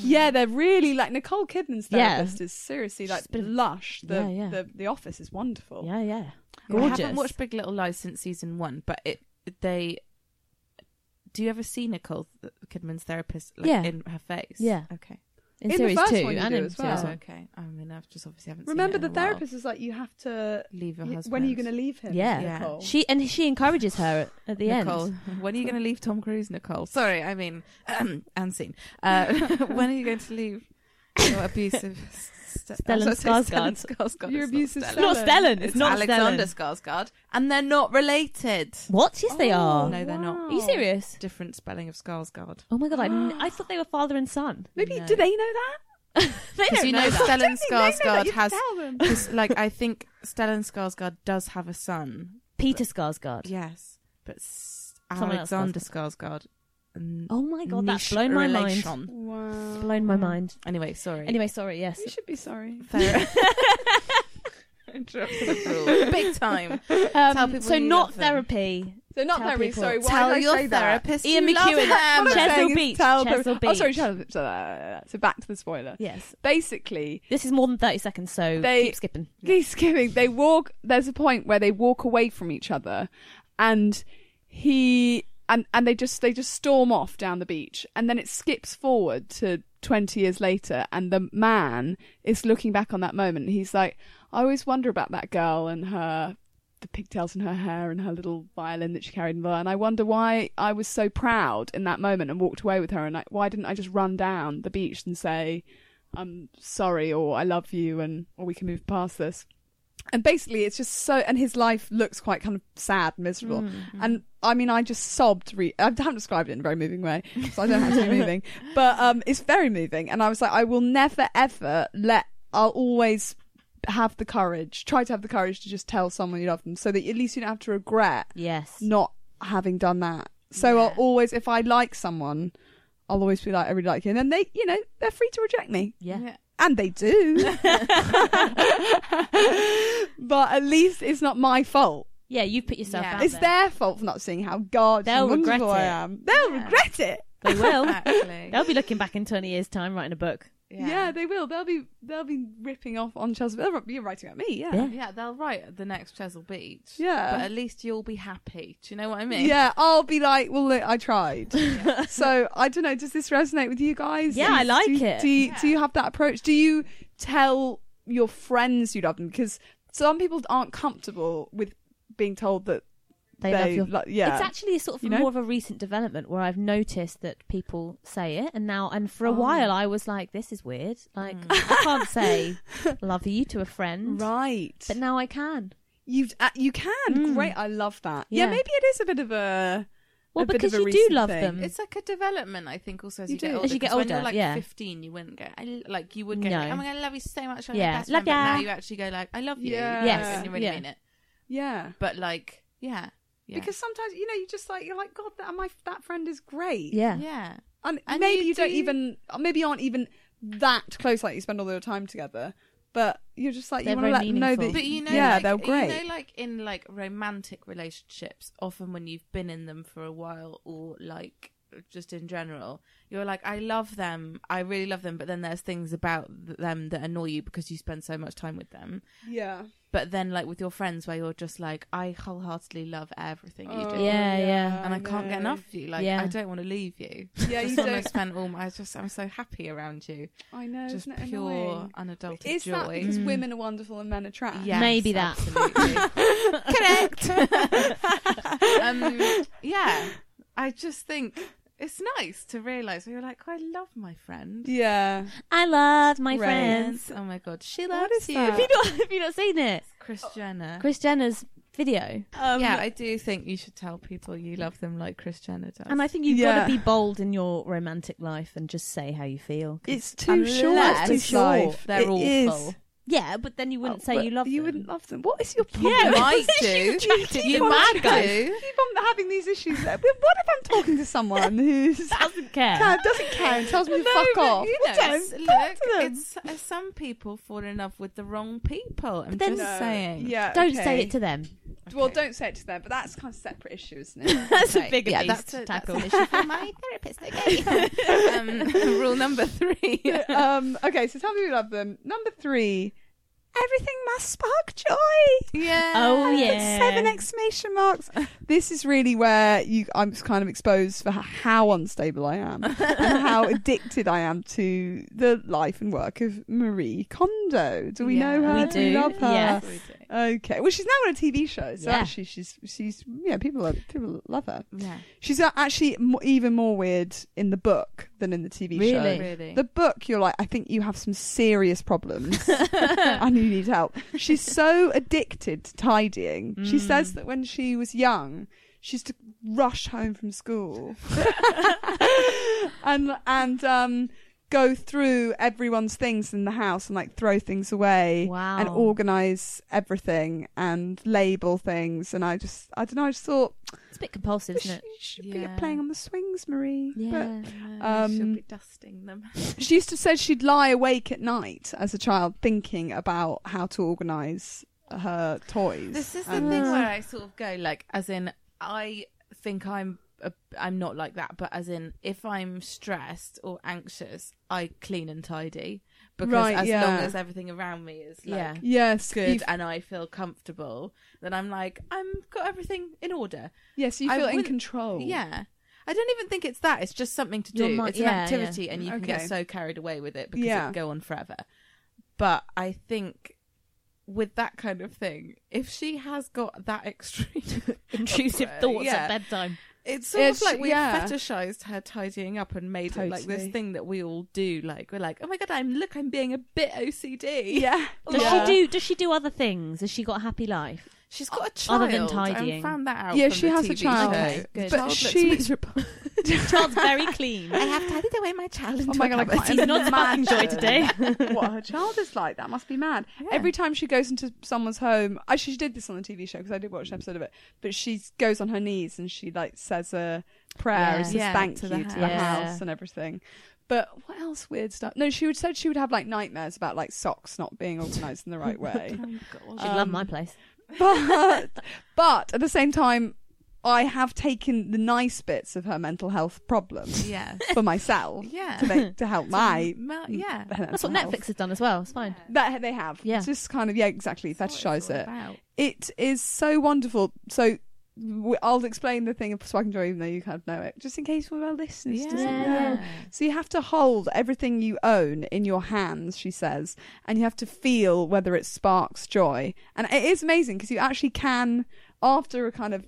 Speaker 3: yeah, they're really like Nicole Kidman's
Speaker 2: Yeah.
Speaker 3: therapist is seriously like
Speaker 2: She's been-
Speaker 3: lush. The,
Speaker 2: Yeah, yeah.
Speaker 3: the the office is wonderful.
Speaker 2: yeah, yeah.
Speaker 1: I
Speaker 2: Gorgeous.
Speaker 1: haven't watched Big Little Lies since season one, but it they. Do you ever see Nicole Kidman's therapist like,
Speaker 2: Yeah.
Speaker 1: in her face?
Speaker 2: Yeah.
Speaker 1: Okay.
Speaker 2: In,
Speaker 3: In the
Speaker 2: series
Speaker 3: first
Speaker 2: two
Speaker 3: one you
Speaker 2: and
Speaker 3: do
Speaker 2: in
Speaker 3: as
Speaker 2: series
Speaker 3: well.
Speaker 1: Oh,
Speaker 2: one.
Speaker 1: okay. I mean, I've just obviously haven't. seen
Speaker 3: Remember,
Speaker 1: it in
Speaker 3: the
Speaker 1: a while.
Speaker 3: therapist is like, you have to.
Speaker 1: Leave your
Speaker 3: y-
Speaker 1: husband.
Speaker 3: When are you going to leave him?
Speaker 2: Yeah.
Speaker 1: Yeah.
Speaker 3: Nicole?
Speaker 2: She and she encourages her at, at the
Speaker 1: Nicole,
Speaker 2: end.
Speaker 1: when are you going to leave Tom Cruise, Nicole? Sorry, I mean, and scene. Uh, when are you going to leave your abusive St-
Speaker 2: Stellan
Speaker 1: I was gonna say
Speaker 2: Skarsgård.
Speaker 1: Stellan Skarsgård.
Speaker 3: Your
Speaker 1: It's
Speaker 3: abusive
Speaker 1: not
Speaker 2: It's
Speaker 1: Stellan.
Speaker 2: not Stellan. It's,
Speaker 1: It's,
Speaker 2: not
Speaker 1: Alexander
Speaker 2: Stellan.
Speaker 1: Skarsgård, and they're not related.
Speaker 2: What? Yes, they
Speaker 3: Oh,
Speaker 2: are.
Speaker 1: No, they're not.
Speaker 2: Are you serious?
Speaker 1: Different spelling of Skarsgård.
Speaker 2: Oh my god! I, kn- I thought they were father and son.
Speaker 3: Maybe,
Speaker 1: No.
Speaker 3: do they know that?
Speaker 2: They
Speaker 1: Because
Speaker 2: don't
Speaker 1: you
Speaker 2: know
Speaker 1: know
Speaker 2: that.
Speaker 3: I
Speaker 1: Stellan
Speaker 3: don't think they know that.
Speaker 1: Skarsgård
Speaker 3: You
Speaker 1: has,
Speaker 3: tell them.
Speaker 1: 'cause, like, I think Stellan Skarsgård does have a son.
Speaker 2: Peter Skarsgård.
Speaker 1: Yes, but S-
Speaker 2: Someone else
Speaker 1: Alexander Skarsgård. n-
Speaker 2: Oh my god!
Speaker 1: niche
Speaker 2: That's blown my mind.
Speaker 1: relation.
Speaker 3: Wow.
Speaker 2: Blown my mind.
Speaker 1: Anyway, sorry.
Speaker 2: Mm. Anyway, sorry. Yes.
Speaker 3: You should be sorry.
Speaker 1: Ther- Interrupted the rule. Big time. Tell people
Speaker 2: Um, so
Speaker 1: you
Speaker 2: not
Speaker 1: love them.
Speaker 2: therapy.
Speaker 3: So not
Speaker 2: Tell
Speaker 3: therapy.
Speaker 2: people.
Speaker 3: Sorry, why
Speaker 1: Tell
Speaker 3: did I
Speaker 1: your
Speaker 3: say that?
Speaker 1: therapist.
Speaker 2: Ian
Speaker 1: you love
Speaker 2: McEwen.
Speaker 1: them.
Speaker 3: What I'm
Speaker 2: Chesel
Speaker 3: saying is
Speaker 2: Beach,
Speaker 3: tell
Speaker 2: Chesel
Speaker 3: therapy- Oh, sorry.
Speaker 2: Beach.
Speaker 3: Chesel Beach. Uh, So back to the spoiler.
Speaker 2: Yes.
Speaker 3: Basically,
Speaker 2: This is more than thirty seconds, so
Speaker 3: They-
Speaker 2: keep skipping.
Speaker 3: he's skipping. They walk. There's a point where they walk away from each other, and he and and they just they just storm off down the beach, and then it skips forward to twenty years later, and the man is looking back on that moment. and He's like, I always wonder about that girl and her. The pigtails in her hair and her little violin that she carried, in the- and I wonder why I was so proud in that moment and walked away with her, and I, why didn't I just run down the beach and say, I'm sorry or I love you and or we can move past this. And basically it's just so and his life looks quite kind of sad, miserable. And I mean I just sobbed re- I haven't described it in a very moving way, so I don't have to be moving. But um it's very moving and I was like I will never ever let I'll always have the courage, try to have the courage to just tell someone you love them so that at least you don't have to regret
Speaker 2: Yes.
Speaker 3: not having done that. So I'll always, if I like someone, I'll always be like, I really like you. And then they, you know, they're free to reject me.
Speaker 2: Yeah.
Speaker 3: And they do. but at least it's not my fault.
Speaker 2: Yeah. You've put yourself
Speaker 1: Yeah.
Speaker 2: out
Speaker 3: It's
Speaker 2: there.
Speaker 3: their fault for not seeing how gorgeous
Speaker 2: They'll
Speaker 3: and
Speaker 2: regret
Speaker 3: wonderful I
Speaker 2: it.
Speaker 3: am. They'll
Speaker 1: Yeah.
Speaker 3: regret it.
Speaker 2: They will.
Speaker 1: Actually.
Speaker 2: They'll be looking back in twenty years' time, writing a book.
Speaker 3: Yeah. they will. They'll be they'll be ripping off on Chelsea. They'll be writing about me. Yeah.
Speaker 2: Yeah.
Speaker 1: Yeah, they'll write the next Chesil Beach.
Speaker 3: Yeah.
Speaker 1: But at least you'll be happy. Do you know what I mean?
Speaker 3: Yeah, I'll be like, well, look, I tried. so I don't know. Does this resonate with you guys?
Speaker 2: Yeah, I
Speaker 3: Is-
Speaker 2: like
Speaker 3: do, you-
Speaker 2: it.
Speaker 3: Do you, do you have that approach? Do you tell your friends you love them? Because some people aren't comfortable with being told that
Speaker 2: They,
Speaker 3: they,
Speaker 2: love your
Speaker 3: lo- yeah.
Speaker 2: It's actually a sort of
Speaker 3: You know?
Speaker 2: more of a recent development where I've noticed that people say it, and now and
Speaker 3: Oh.
Speaker 2: for a while I was like, "This is weird.
Speaker 3: Mm.
Speaker 2: Like I can't say love you to a friend,
Speaker 3: right.
Speaker 2: but now I can."
Speaker 3: You uh, you can great. I love that. Yeah.
Speaker 2: Yeah.
Speaker 3: maybe it is a bit of a
Speaker 2: Well,
Speaker 3: a bit
Speaker 2: because
Speaker 3: of a
Speaker 2: you do
Speaker 3: recent
Speaker 2: love
Speaker 3: thing.
Speaker 2: them.
Speaker 1: It's like a development, I think, also as
Speaker 3: You
Speaker 1: you,
Speaker 3: do.
Speaker 1: get older.
Speaker 2: As Mm. you get
Speaker 1: 'cause When
Speaker 2: older,
Speaker 1: you're like
Speaker 2: yeah.
Speaker 1: 15, you wouldn't go, I l- like, you would go,
Speaker 2: No.
Speaker 1: like, oh my God, I love you so much. I'm
Speaker 2: Yeah,
Speaker 1: your best friend.
Speaker 2: love
Speaker 1: But
Speaker 2: ya.
Speaker 1: now you actually go, like, I love you.
Speaker 3: Yeah.
Speaker 2: Yes,
Speaker 1: And you really
Speaker 2: yeah.
Speaker 1: mean it.
Speaker 3: yeah.
Speaker 1: But, like, yeah. yeah.
Speaker 3: Because sometimes you know you just like you're like God that my that friend is great.
Speaker 2: yeah.
Speaker 1: yeah.
Speaker 3: And,
Speaker 1: And
Speaker 3: maybe you,
Speaker 1: you
Speaker 3: don't
Speaker 1: do-
Speaker 3: even, maybe you aren't even that close. Like you spend all your time together, but you're just like
Speaker 2: They're
Speaker 3: you want to
Speaker 2: very
Speaker 3: let them know that.
Speaker 2: meaningful.
Speaker 1: But you know,
Speaker 3: yeah,
Speaker 1: like,
Speaker 3: they're great.
Speaker 1: You know, like in like romantic relationships, often when you've been in them for a while, or like just in general, you're like, I love them, I really love them, but then there's things about th- them that annoy you because you spend so much time with them.
Speaker 3: yeah,
Speaker 1: But then, like with your friends, where you're just like, I wholeheartedly love everything you
Speaker 3: Oh,
Speaker 1: do.
Speaker 2: Yeah, yeah.
Speaker 1: And I, can't get enough of you. Like
Speaker 2: Yeah.
Speaker 1: I don't want to leave you.
Speaker 3: Yeah,
Speaker 1: I
Speaker 3: you
Speaker 1: just want
Speaker 3: don't.
Speaker 1: to spend all my. I just I'm so happy around you.
Speaker 3: I know.
Speaker 1: just
Speaker 3: isn't it
Speaker 1: pure
Speaker 3: annoying?
Speaker 1: unadulted
Speaker 3: Is
Speaker 1: joy.
Speaker 3: that because women are wonderful and men are trash?
Speaker 1: Yes,
Speaker 2: Maybe that.
Speaker 1: absolutely. Correct. um, yeah, I just think it's nice to realise when you're like, oh, I love my friend.
Speaker 3: Yeah.
Speaker 2: I love my
Speaker 3: Right.
Speaker 2: friends.
Speaker 1: Oh my god, she
Speaker 3: What
Speaker 1: loves
Speaker 3: is
Speaker 1: you,
Speaker 3: that?
Speaker 2: Have you not? Have you not seen it?
Speaker 1: Chris Jenner.
Speaker 2: Chris Jenner's video,
Speaker 3: Um,
Speaker 1: yeah, I do think you should tell people you love them like Chris Jenner does.
Speaker 2: and I think you've got
Speaker 3: Yeah.
Speaker 2: to be bold in your romantic life and just say how you feel. 'cause
Speaker 3: It's too
Speaker 1: Unless-
Speaker 3: short.
Speaker 1: It's too
Speaker 3: this
Speaker 1: short.
Speaker 3: life.
Speaker 1: They're
Speaker 3: It is.
Speaker 1: awful.
Speaker 2: Yeah, but then you wouldn't
Speaker 3: Oh,
Speaker 2: say
Speaker 3: but
Speaker 2: you love
Speaker 3: You
Speaker 2: them.
Speaker 3: wouldn't love them. What is your problem?
Speaker 1: Yeah, might do.
Speaker 3: You,
Speaker 1: You
Speaker 3: keep on-
Speaker 1: might
Speaker 3: you
Speaker 1: do.
Speaker 3: keep on having these issues. What if I'm talking to someone who's
Speaker 2: Doesn't care.
Speaker 3: Dad doesn't care and tells me to
Speaker 1: No,
Speaker 3: fuck
Speaker 1: but,
Speaker 3: off.
Speaker 1: You know,
Speaker 3: Well, don't
Speaker 1: it's-
Speaker 3: talk to
Speaker 1: look,
Speaker 3: them.
Speaker 1: it's uh, some people fall in love with the wrong people. I'm
Speaker 2: then-
Speaker 1: just
Speaker 3: No,
Speaker 1: saying.
Speaker 3: Yeah,
Speaker 2: Don't
Speaker 3: okay.
Speaker 2: say it to them.
Speaker 3: Well,
Speaker 1: Okay.
Speaker 3: don't say it to them, but that's kind of separate issue, isn't it?
Speaker 2: That's
Speaker 3: Okay.
Speaker 2: a bigger
Speaker 1: yeah, that's,
Speaker 2: beast to
Speaker 1: a,
Speaker 2: tackle.
Speaker 1: that's an issue for my therapist. Okay. um, rule number three.
Speaker 3: um, okay, so tell me you love them. Number three, everything must spark joy.
Speaker 1: Yeah.
Speaker 2: Oh,
Speaker 3: Put
Speaker 2: yeah.
Speaker 3: Seven exclamation marks. This is really where you. I'm just kind of exposed for how unstable I am and how addicted I am to the life and work of Marie Kondo. Do we
Speaker 1: Yeah.
Speaker 3: know her?
Speaker 2: We
Speaker 3: we
Speaker 2: do,
Speaker 3: love her?
Speaker 2: yes.
Speaker 3: Okay. Well, she's now on a TV show, so
Speaker 2: Yeah.
Speaker 3: actually, she's she's yeah. People are, people love her.
Speaker 1: Yeah.
Speaker 3: She's uh, actually mo- even more weird in the book than in the TV show.
Speaker 2: Really?
Speaker 1: Really.
Speaker 3: The book, you're like, I think you have some serious problems and you need help. She's so addicted to tidying. She
Speaker 2: Mm.
Speaker 3: says that when she was young, she used to rush home from school and and um, go through everyone's things in the house and like throw things away
Speaker 2: Wow.
Speaker 3: and organize everything and label things. And I just, I don't know, I just thought
Speaker 2: It's a bit compulsive,
Speaker 3: she
Speaker 2: isn't it?
Speaker 3: should
Speaker 1: Yeah.
Speaker 3: be playing on the swings, Marie. But
Speaker 2: Yeah.
Speaker 1: um, she'll
Speaker 3: um,
Speaker 1: be dusting them.
Speaker 3: she used to say she'd lie awake at night as a child thinking about how to organise her toys.
Speaker 1: This is the
Speaker 3: And-
Speaker 1: thing where I sort of go like, as in, I think I'm a, I'm not like that, but as in, if I'm stressed or anxious, I clean and tidy because
Speaker 3: Right,
Speaker 1: as
Speaker 3: yeah.
Speaker 1: long as everything around me is like
Speaker 2: Yeah.
Speaker 3: yes,
Speaker 1: good
Speaker 3: You,
Speaker 1: and I feel comfortable, then I'm like, I'm got everything in order.
Speaker 3: yes, you
Speaker 1: I
Speaker 3: feel in
Speaker 1: wouldn't-
Speaker 3: control.
Speaker 1: Yeah. I don't even think it's that. It's just something to
Speaker 2: Your
Speaker 1: do.
Speaker 2: mi-
Speaker 1: it's
Speaker 2: yeah,
Speaker 1: an
Speaker 2: yeah.
Speaker 1: activity, and you can get
Speaker 3: Okay.
Speaker 1: so carried away with it because it
Speaker 3: Yeah.
Speaker 1: can go on forever. But I think with that kind of thing, if she has got that extreme
Speaker 2: Intrusive thoughts
Speaker 1: yeah.
Speaker 2: at bedtime.
Speaker 1: It's sort
Speaker 3: It's-
Speaker 1: of like we
Speaker 3: yeah.
Speaker 1: have fetishized her tidying up and made it like this
Speaker 3: Totally.
Speaker 1: thing that we all do. Like we're like, oh my god, I'm look, I'm being a bit OCD.
Speaker 3: Yeah.
Speaker 2: Does
Speaker 3: yeah.
Speaker 2: she do? Does she do other things? Has she got a happy life?
Speaker 1: She's got a child.
Speaker 2: Other than
Speaker 1: I
Speaker 2: tidying.
Speaker 1: found that out.
Speaker 3: Yeah,
Speaker 1: from
Speaker 3: she
Speaker 1: the
Speaker 3: has a
Speaker 1: TV
Speaker 3: child.
Speaker 1: show.
Speaker 2: Okay, good.
Speaker 1: The
Speaker 3: But
Speaker 1: child looks
Speaker 3: she- Oh
Speaker 1: miserable.
Speaker 2: Child's very clean.
Speaker 1: I have tidied away my child.
Speaker 3: Oh my god, I
Speaker 2: She's
Speaker 3: can't
Speaker 2: not sparking joy
Speaker 3: imagine
Speaker 2: today.
Speaker 3: what her child is like. That must be mad. Every time she goes into someone's home, actually, she did this on the TV show because I did watch an episode of it. But she goes on her knees and she like says a prayer,
Speaker 2: Yeah.
Speaker 3: and says
Speaker 1: Yeah,
Speaker 3: thank
Speaker 1: to
Speaker 3: you
Speaker 1: the
Speaker 3: to the
Speaker 2: house.
Speaker 3: house and everything. But what else weird stuff? No, she would said she would have like nightmares about like socks not being organised in the right way.
Speaker 2: She'd love my place.
Speaker 3: but but at the same time, I have taken the nice bits of her mental health problems
Speaker 1: Yeah.
Speaker 3: for myself
Speaker 1: Yeah.
Speaker 3: to make, to help my
Speaker 1: Ma- yeah.
Speaker 2: That's what Netflix has done as well. It's fine.
Speaker 3: that they have.
Speaker 2: Yeah.
Speaker 3: It's just kind of yeah, exactly
Speaker 1: That's what it's
Speaker 3: fetishize
Speaker 1: all
Speaker 3: it.
Speaker 1: about.
Speaker 3: It is so wonderful. So w- I'll explain the thing of sparking joy, even though you kind of know it, just in case one of our listeners doesn't know. So you have to hold everything you own in your hands, she says, and you have to feel whether it sparks joy. And it is amazing because you actually can, after a kind of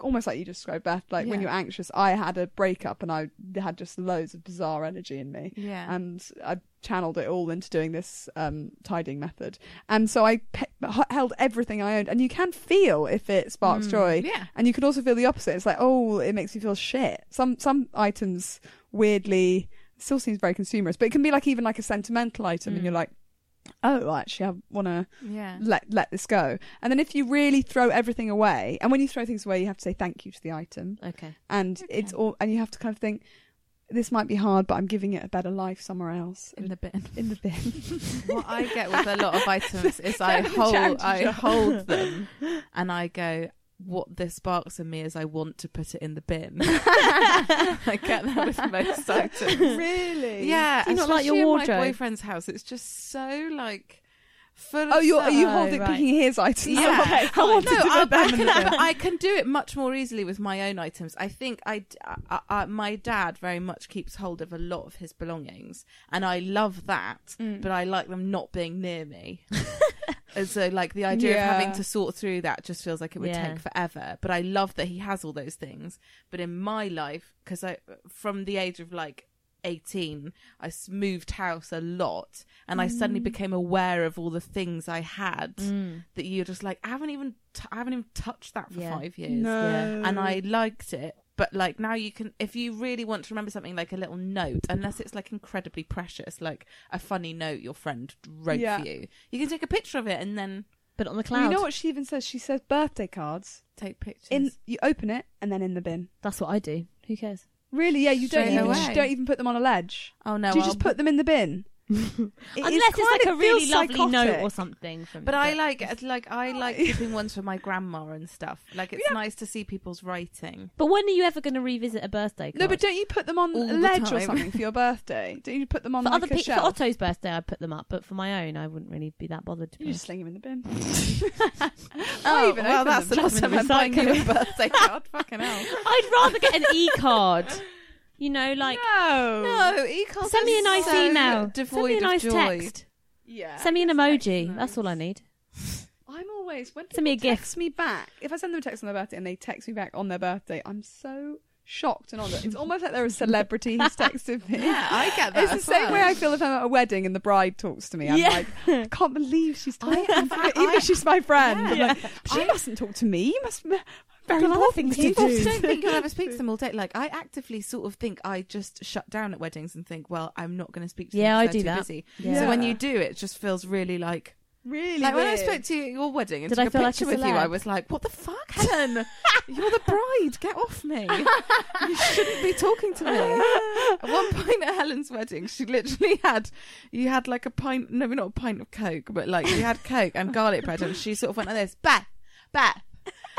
Speaker 3: almost like you described Beth, like when
Speaker 1: Yeah.
Speaker 3: you're anxious. I had a breakup and I had just loads of bizarre energy in me
Speaker 1: Yeah. Mm.
Speaker 3: and I channeled it all into doing this um, tidying method. And so I pe- h- held everything I owned, and you can feel if it sparks joy,
Speaker 1: Hmm. yeah.
Speaker 3: and you can also feel the opposite. It's like, oh, it makes me feel shit. Some some items weirdly still seems very consumerist, but it can be like even like a sentimental item,
Speaker 1: Hmm.
Speaker 3: and you're like, oh, actually, I want to
Speaker 1: yeah.
Speaker 3: let let this go. And then if you really throw everything away, and when you throw things away, you have to say thank you to the item
Speaker 2: Okay.
Speaker 3: and it's all and you have to kind of think this might be hard but i'm giving it a better life somewhere else
Speaker 1: In the bin.
Speaker 3: in the bin
Speaker 1: what I get with a lot of items is I
Speaker 3: Down the
Speaker 1: hold
Speaker 3: charity
Speaker 1: I
Speaker 3: shop.
Speaker 1: hold them and I go what this sparks in me is I want to put it in the bin. I get that with most items.
Speaker 3: really
Speaker 1: Yeah,
Speaker 2: Do you not like your
Speaker 1: especially in
Speaker 2: wardrobe?
Speaker 1: my boyfriend's house. It's just so like full.
Speaker 3: oh
Speaker 1: of
Speaker 3: you're, are
Speaker 1: stuff.
Speaker 3: you
Speaker 2: Oh,
Speaker 3: holding
Speaker 2: right.
Speaker 3: picking his items
Speaker 1: Yeah.
Speaker 3: Okay, i want
Speaker 1: no,
Speaker 3: to do
Speaker 1: I,
Speaker 3: my
Speaker 1: I
Speaker 3: best
Speaker 1: can, I can do it much more easily with my own items. I think I, d- I- I- my dad very much keeps hold of a lot of his belongings, and I love that.
Speaker 3: Mm.
Speaker 1: But I like them not being near me. and so, like the idea
Speaker 3: Yeah.
Speaker 1: of having to sort through that just feels like it would
Speaker 2: Yeah.
Speaker 1: take forever. But I love that he has all those things. But in my life, because I, from the age of like. 18 I s- moved house a lot and I
Speaker 3: Mm.
Speaker 1: suddenly became aware of all the things I had
Speaker 2: Mm.
Speaker 1: that you're just like I haven't even t- I haven't even touched that for
Speaker 2: Yeah.
Speaker 1: five years,
Speaker 3: no
Speaker 2: Yeah.
Speaker 1: and I liked it, But like now you can, if you really want to remember something, like a little note, unless it's like incredibly precious, like a funny note your friend wrote
Speaker 3: Yeah.
Speaker 1: for you, you can take a picture of it and then
Speaker 2: But on the cloud.
Speaker 3: You know what she even says? She says birthday cards.
Speaker 1: take pictures.
Speaker 3: In you open it and then in the bin.
Speaker 2: That's what I do. Who cares?
Speaker 3: Really? Yeah, you don't
Speaker 1: Straight
Speaker 3: even
Speaker 1: away.
Speaker 3: you don't even put them on a ledge.
Speaker 1: oh no,
Speaker 3: Do you
Speaker 1: I'll-
Speaker 3: just put them in the bin? It is
Speaker 2: Unless it's
Speaker 3: kind
Speaker 2: like a
Speaker 3: of- feels
Speaker 2: really lovely note
Speaker 3: psychotic.
Speaker 2: or something. From
Speaker 1: But I
Speaker 2: the-
Speaker 1: like it's like I like keeping ones for my grandma and stuff. Like it's nice to see people's writing.
Speaker 2: But when are you ever going to revisit a birthday? Card?
Speaker 3: No, but don't you put them on
Speaker 1: All
Speaker 3: a
Speaker 1: the
Speaker 3: ledge or
Speaker 1: time.
Speaker 3: something for your birthday? Don't you put them on
Speaker 2: for
Speaker 3: like
Speaker 2: other
Speaker 3: a
Speaker 2: pe- for
Speaker 3: shelf?
Speaker 2: Otto's birthday, I'd put them up. But for my own, I wouldn't really be that bothered. To be
Speaker 3: you just
Speaker 2: honest.
Speaker 3: sling them in the bin.
Speaker 1: Oh,
Speaker 3: even
Speaker 1: well,
Speaker 3: open
Speaker 1: that's
Speaker 3: them.
Speaker 1: the last
Speaker 2: Chuck them
Speaker 1: time
Speaker 2: in
Speaker 1: I'm buying you a
Speaker 2: recycling.
Speaker 1: birthday card. Fucking
Speaker 3: oh.
Speaker 1: hell.
Speaker 2: I'd rather get an e card. You know, like
Speaker 3: no.
Speaker 1: No, e-cards
Speaker 2: send me a
Speaker 1: are
Speaker 2: nice
Speaker 1: so
Speaker 2: email. Send
Speaker 1: Devoid
Speaker 2: me a
Speaker 1: of
Speaker 2: nice
Speaker 1: joy.
Speaker 2: text.
Speaker 3: Yeah.
Speaker 2: Send me an emoji.
Speaker 3: nice.
Speaker 2: That's all I need.
Speaker 3: I'm always when
Speaker 2: Send me
Speaker 3: people
Speaker 2: a gift.
Speaker 3: text me back. If I send them a text on their birthday and they text me back on their birthday, I'm so shocked and honoured. It's almost like they're a celebrity who's texted me.
Speaker 1: Yeah, I get that.
Speaker 3: It's the
Speaker 1: as
Speaker 3: same
Speaker 1: well.
Speaker 3: way I feel if I'm at a wedding and the bride talks to me. I'm like, I can't believe she's talking to me. Even if she's my friend. I'm
Speaker 1: Yeah.
Speaker 3: like, she mustn't talk to me. You must be very
Speaker 2: got other
Speaker 3: important
Speaker 2: things
Speaker 3: to
Speaker 2: to
Speaker 3: do.
Speaker 1: don't think you'll ever speak to them all day. Like I actively sort of think I just shut down at weddings and think, well, I'm not going to speak to them.
Speaker 2: Yeah,
Speaker 1: 'cause
Speaker 2: I
Speaker 1: they're
Speaker 2: do
Speaker 1: too
Speaker 2: that.
Speaker 1: Busy.
Speaker 3: Yeah.
Speaker 1: So when you do, it just feels really like
Speaker 3: Really?
Speaker 1: like when I
Speaker 3: weird.
Speaker 1: spoke to you at your wedding and
Speaker 2: Did
Speaker 1: took
Speaker 2: I
Speaker 1: a
Speaker 2: feel like
Speaker 1: picture
Speaker 2: a
Speaker 1: with you,
Speaker 2: celeb?
Speaker 1: I was like, "What the fuck, Helen? You're the bride. Get off me. You shouldn't be talking to me." At one point at Helen's wedding, she literally had you had like a pint, no, not a pint of Coke, but like you had Coke and garlic bread, and she sort of went like this, "Beth, Beth."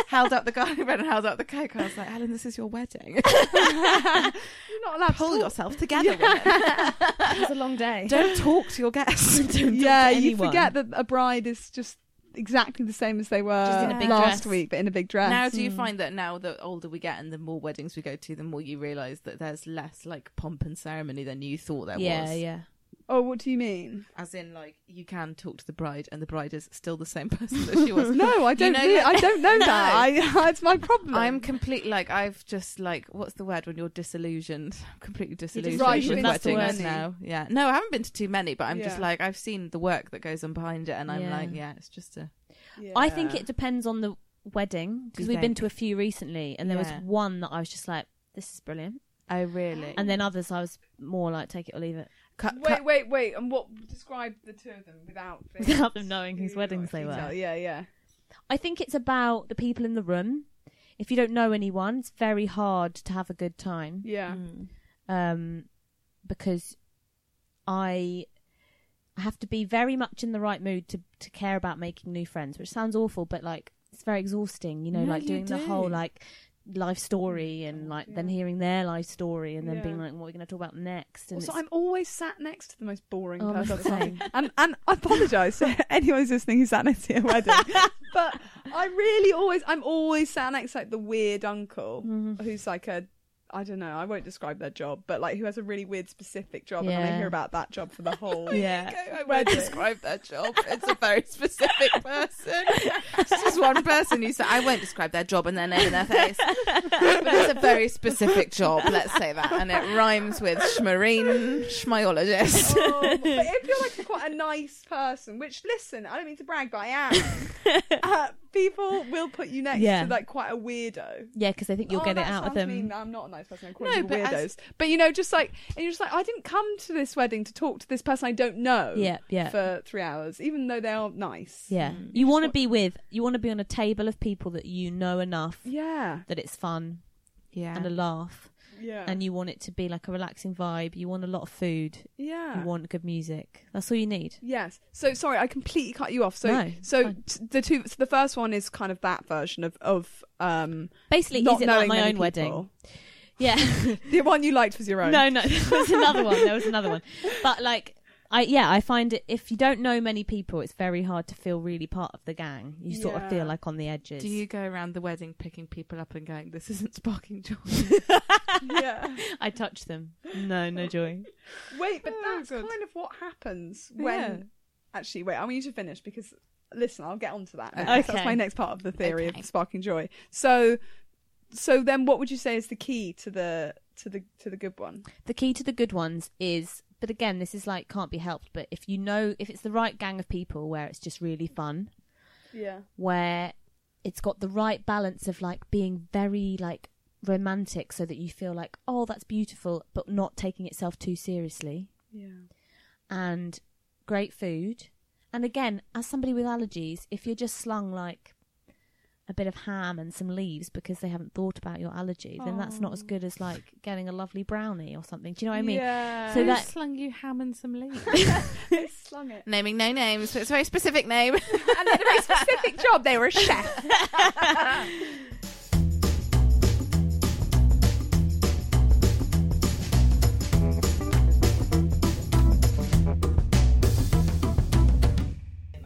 Speaker 1: Held up the garlic bread and held up the coke. I was like, Helen, this is your wedding.
Speaker 3: You're not allowed
Speaker 1: Pull
Speaker 3: to talk.
Speaker 1: yourself together. woman.
Speaker 2: It was a long day.
Speaker 1: Don't talk to your guests. Don't
Speaker 3: Yeah,
Speaker 2: to
Speaker 3: you
Speaker 2: anyone.
Speaker 3: forget that a bride is just exactly the same as they were
Speaker 2: Just
Speaker 1: in a big
Speaker 3: last
Speaker 2: dress.
Speaker 3: week, but in a big dress.
Speaker 1: Now, do you find that now the older we get and the more weddings we go to, the more you realise that there's less like pomp and ceremony than you thought there
Speaker 2: yeah,
Speaker 1: was?
Speaker 2: yeah.
Speaker 3: oh, what do you mean?
Speaker 1: As in, like you can talk to the bride, and the bride is still the same person that she was.
Speaker 3: No, I
Speaker 1: You
Speaker 3: don't.
Speaker 1: know,
Speaker 3: really-
Speaker 1: like-
Speaker 3: I don't know
Speaker 1: No.
Speaker 3: that. I, that's my problem.
Speaker 1: I'm complete. Like I've just like what's the word when you're disillusioned? I'm completely disillusioned
Speaker 2: Right,
Speaker 1: with
Speaker 2: you've been to
Speaker 1: weddings
Speaker 3: too many.
Speaker 1: now. Yeah, no, I haven't been to too many, but I'm just
Speaker 3: Yeah.
Speaker 1: like I've seen the work that goes on behind it, and I'm
Speaker 2: Yeah.
Speaker 1: like, yeah, it's just a
Speaker 2: I think it depends on the wedding
Speaker 1: Do you
Speaker 2: because we've been
Speaker 1: think?
Speaker 2: to a few recently, and there
Speaker 1: Yeah.
Speaker 2: was one that I was just like, "This is brilliant,"
Speaker 1: oh really?
Speaker 2: and then others I was more like, "Take it or leave it,"
Speaker 1: cut,
Speaker 3: Wait, wait, wait. And what describe the two of them without
Speaker 2: without them knowing whose weddings they were.
Speaker 3: Yeah, yeah.
Speaker 2: I think it's about the people in the room. If you don't know anyone, it's very hard to have a good time.
Speaker 3: Yeah.
Speaker 2: um, because I have to be very much in the right mood to, to care about making new friends, which sounds awful, but like it's very exhausting, you know,
Speaker 1: No,
Speaker 2: like
Speaker 1: you
Speaker 2: doing the whole
Speaker 1: do.
Speaker 2: like life story and like then hearing their life story and then being
Speaker 3: Oh, Yeah.
Speaker 2: like, what are we going to talk about next? And
Speaker 3: Also,
Speaker 2: it's-
Speaker 3: I'm always sat next to the most boring
Speaker 2: Oh, I'm
Speaker 3: person.
Speaker 2: the same.
Speaker 3: and and I apologise to anyone who's listening who sat next to your wedding. but I really always, I'm always sat next to like the weird uncle
Speaker 2: Mm-hmm.
Speaker 3: who's like a, I don't know, I won't describe their job, but like who has a really weird specific job, and I want to
Speaker 2: Yeah.
Speaker 3: hear about that job for the whole.
Speaker 2: yeah.
Speaker 1: I won't describe their job. It's a very specific person. It's just one person who said, I won't describe their job and their name and their face. But it's a very specific job, let's say that. And it rhymes with schmarine, schmiologist.
Speaker 3: Oh, but if you're like quite a nice person, which listen, I don't mean to brag, but I am. uh, people will put you next
Speaker 2: Yeah.
Speaker 3: to like quite a weirdo.
Speaker 2: Yeah, because I think you'll
Speaker 3: Oh,
Speaker 2: get it
Speaker 3: that
Speaker 2: out of
Speaker 3: sounds
Speaker 2: them.
Speaker 3: Mean. I'm not a nice person. I call
Speaker 1: No,
Speaker 3: people
Speaker 1: but
Speaker 3: weirdos.
Speaker 1: as-
Speaker 3: But you know, just like and you're just like, I didn't come to this wedding to talk to this person I don't know.
Speaker 2: Yeah, yeah.
Speaker 3: For three hours, even though they are nice.
Speaker 2: Yeah. You want to be with, you want to be on a table of people that you know enough
Speaker 3: Yeah.
Speaker 2: that it's fun
Speaker 1: Yeah.
Speaker 2: and a laugh
Speaker 3: Yeah.
Speaker 2: and you want it to be like a relaxing vibe. You want a lot of food.
Speaker 3: yeah.
Speaker 2: You want good music. That's all you need.
Speaker 3: Yes. So sorry, I completely cut you off. So
Speaker 2: No,
Speaker 3: so
Speaker 2: fine.
Speaker 3: t- the two so the first one is kind of that version of of um
Speaker 2: Basically,
Speaker 3: not
Speaker 2: is it
Speaker 3: knowing
Speaker 2: like my own
Speaker 3: many
Speaker 2: wedding?
Speaker 3: people.
Speaker 2: Yeah.
Speaker 3: The one you liked was your own.
Speaker 2: no, no. There was another one. There was another one. But like, I yeah, I find it if you don't know many people, it's very hard to feel really part of the gang. You sort
Speaker 3: Yeah.
Speaker 2: of feel like on the edges.
Speaker 1: Do you go around the wedding picking people up and going, this isn't sparking joy?
Speaker 3: yeah.
Speaker 2: I touch them. No, no joy.
Speaker 3: Wait, but
Speaker 1: Oh,
Speaker 3: that's
Speaker 1: God.
Speaker 3: kind of what happens when.
Speaker 1: Yeah.
Speaker 3: Actually, wait, I want you to finish because listen, I'll get onto that. Next.
Speaker 2: Okay.
Speaker 3: That's my next part of the theory
Speaker 2: Okay.
Speaker 3: of sparking joy. So, so then, what would you say is the key to the to the to the good one?
Speaker 2: The key to the good ones is, but again, this is like can't be helped. But if you know, if it's the right gang of people where it's just really fun,
Speaker 3: Yeah.
Speaker 2: where it's got the right balance of like being very like romantic so that you feel like, oh, that's beautiful, but not taking itself too seriously.
Speaker 3: Yeah.
Speaker 2: And great food. And again, as somebody with allergies, if you're just slung like a bit of ham and some leaves because they haven't thought about your allergy, then that's not as
Speaker 3: Oh.
Speaker 2: good as like getting a lovely brownie or something. Do you know what I mean?
Speaker 3: Yeah.
Speaker 2: So
Speaker 1: Who
Speaker 2: that-
Speaker 1: slung you ham and some leaves?
Speaker 3: they slung it.
Speaker 1: Naming no names, but it's a very specific name.
Speaker 3: and they had a very specific job. They were a chef.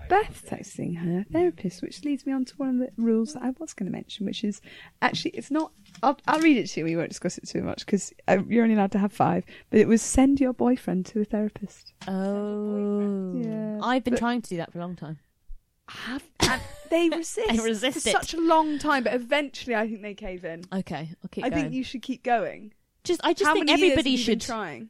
Speaker 3: Beth texting her therapist, which leads me on to one of the rules that I was going to mention, which is actually it's not. I'll, I'll read it to you. We won't discuss it too much because uh, you're only allowed to have five. But it was send your boyfriend to a therapist.
Speaker 2: Oh,
Speaker 3: Yeah.
Speaker 2: I've been
Speaker 3: But-
Speaker 2: trying to do that for a long time.
Speaker 3: have and they resist.
Speaker 2: They resist
Speaker 3: for
Speaker 2: it.
Speaker 3: such a long time, but eventually, I think they cave in.
Speaker 2: Okay, I'll keep
Speaker 3: I
Speaker 2: going.
Speaker 3: think you should keep going.
Speaker 2: just, I just
Speaker 3: How
Speaker 2: think
Speaker 3: many years
Speaker 2: everybody
Speaker 3: have you been
Speaker 2: should
Speaker 3: trying.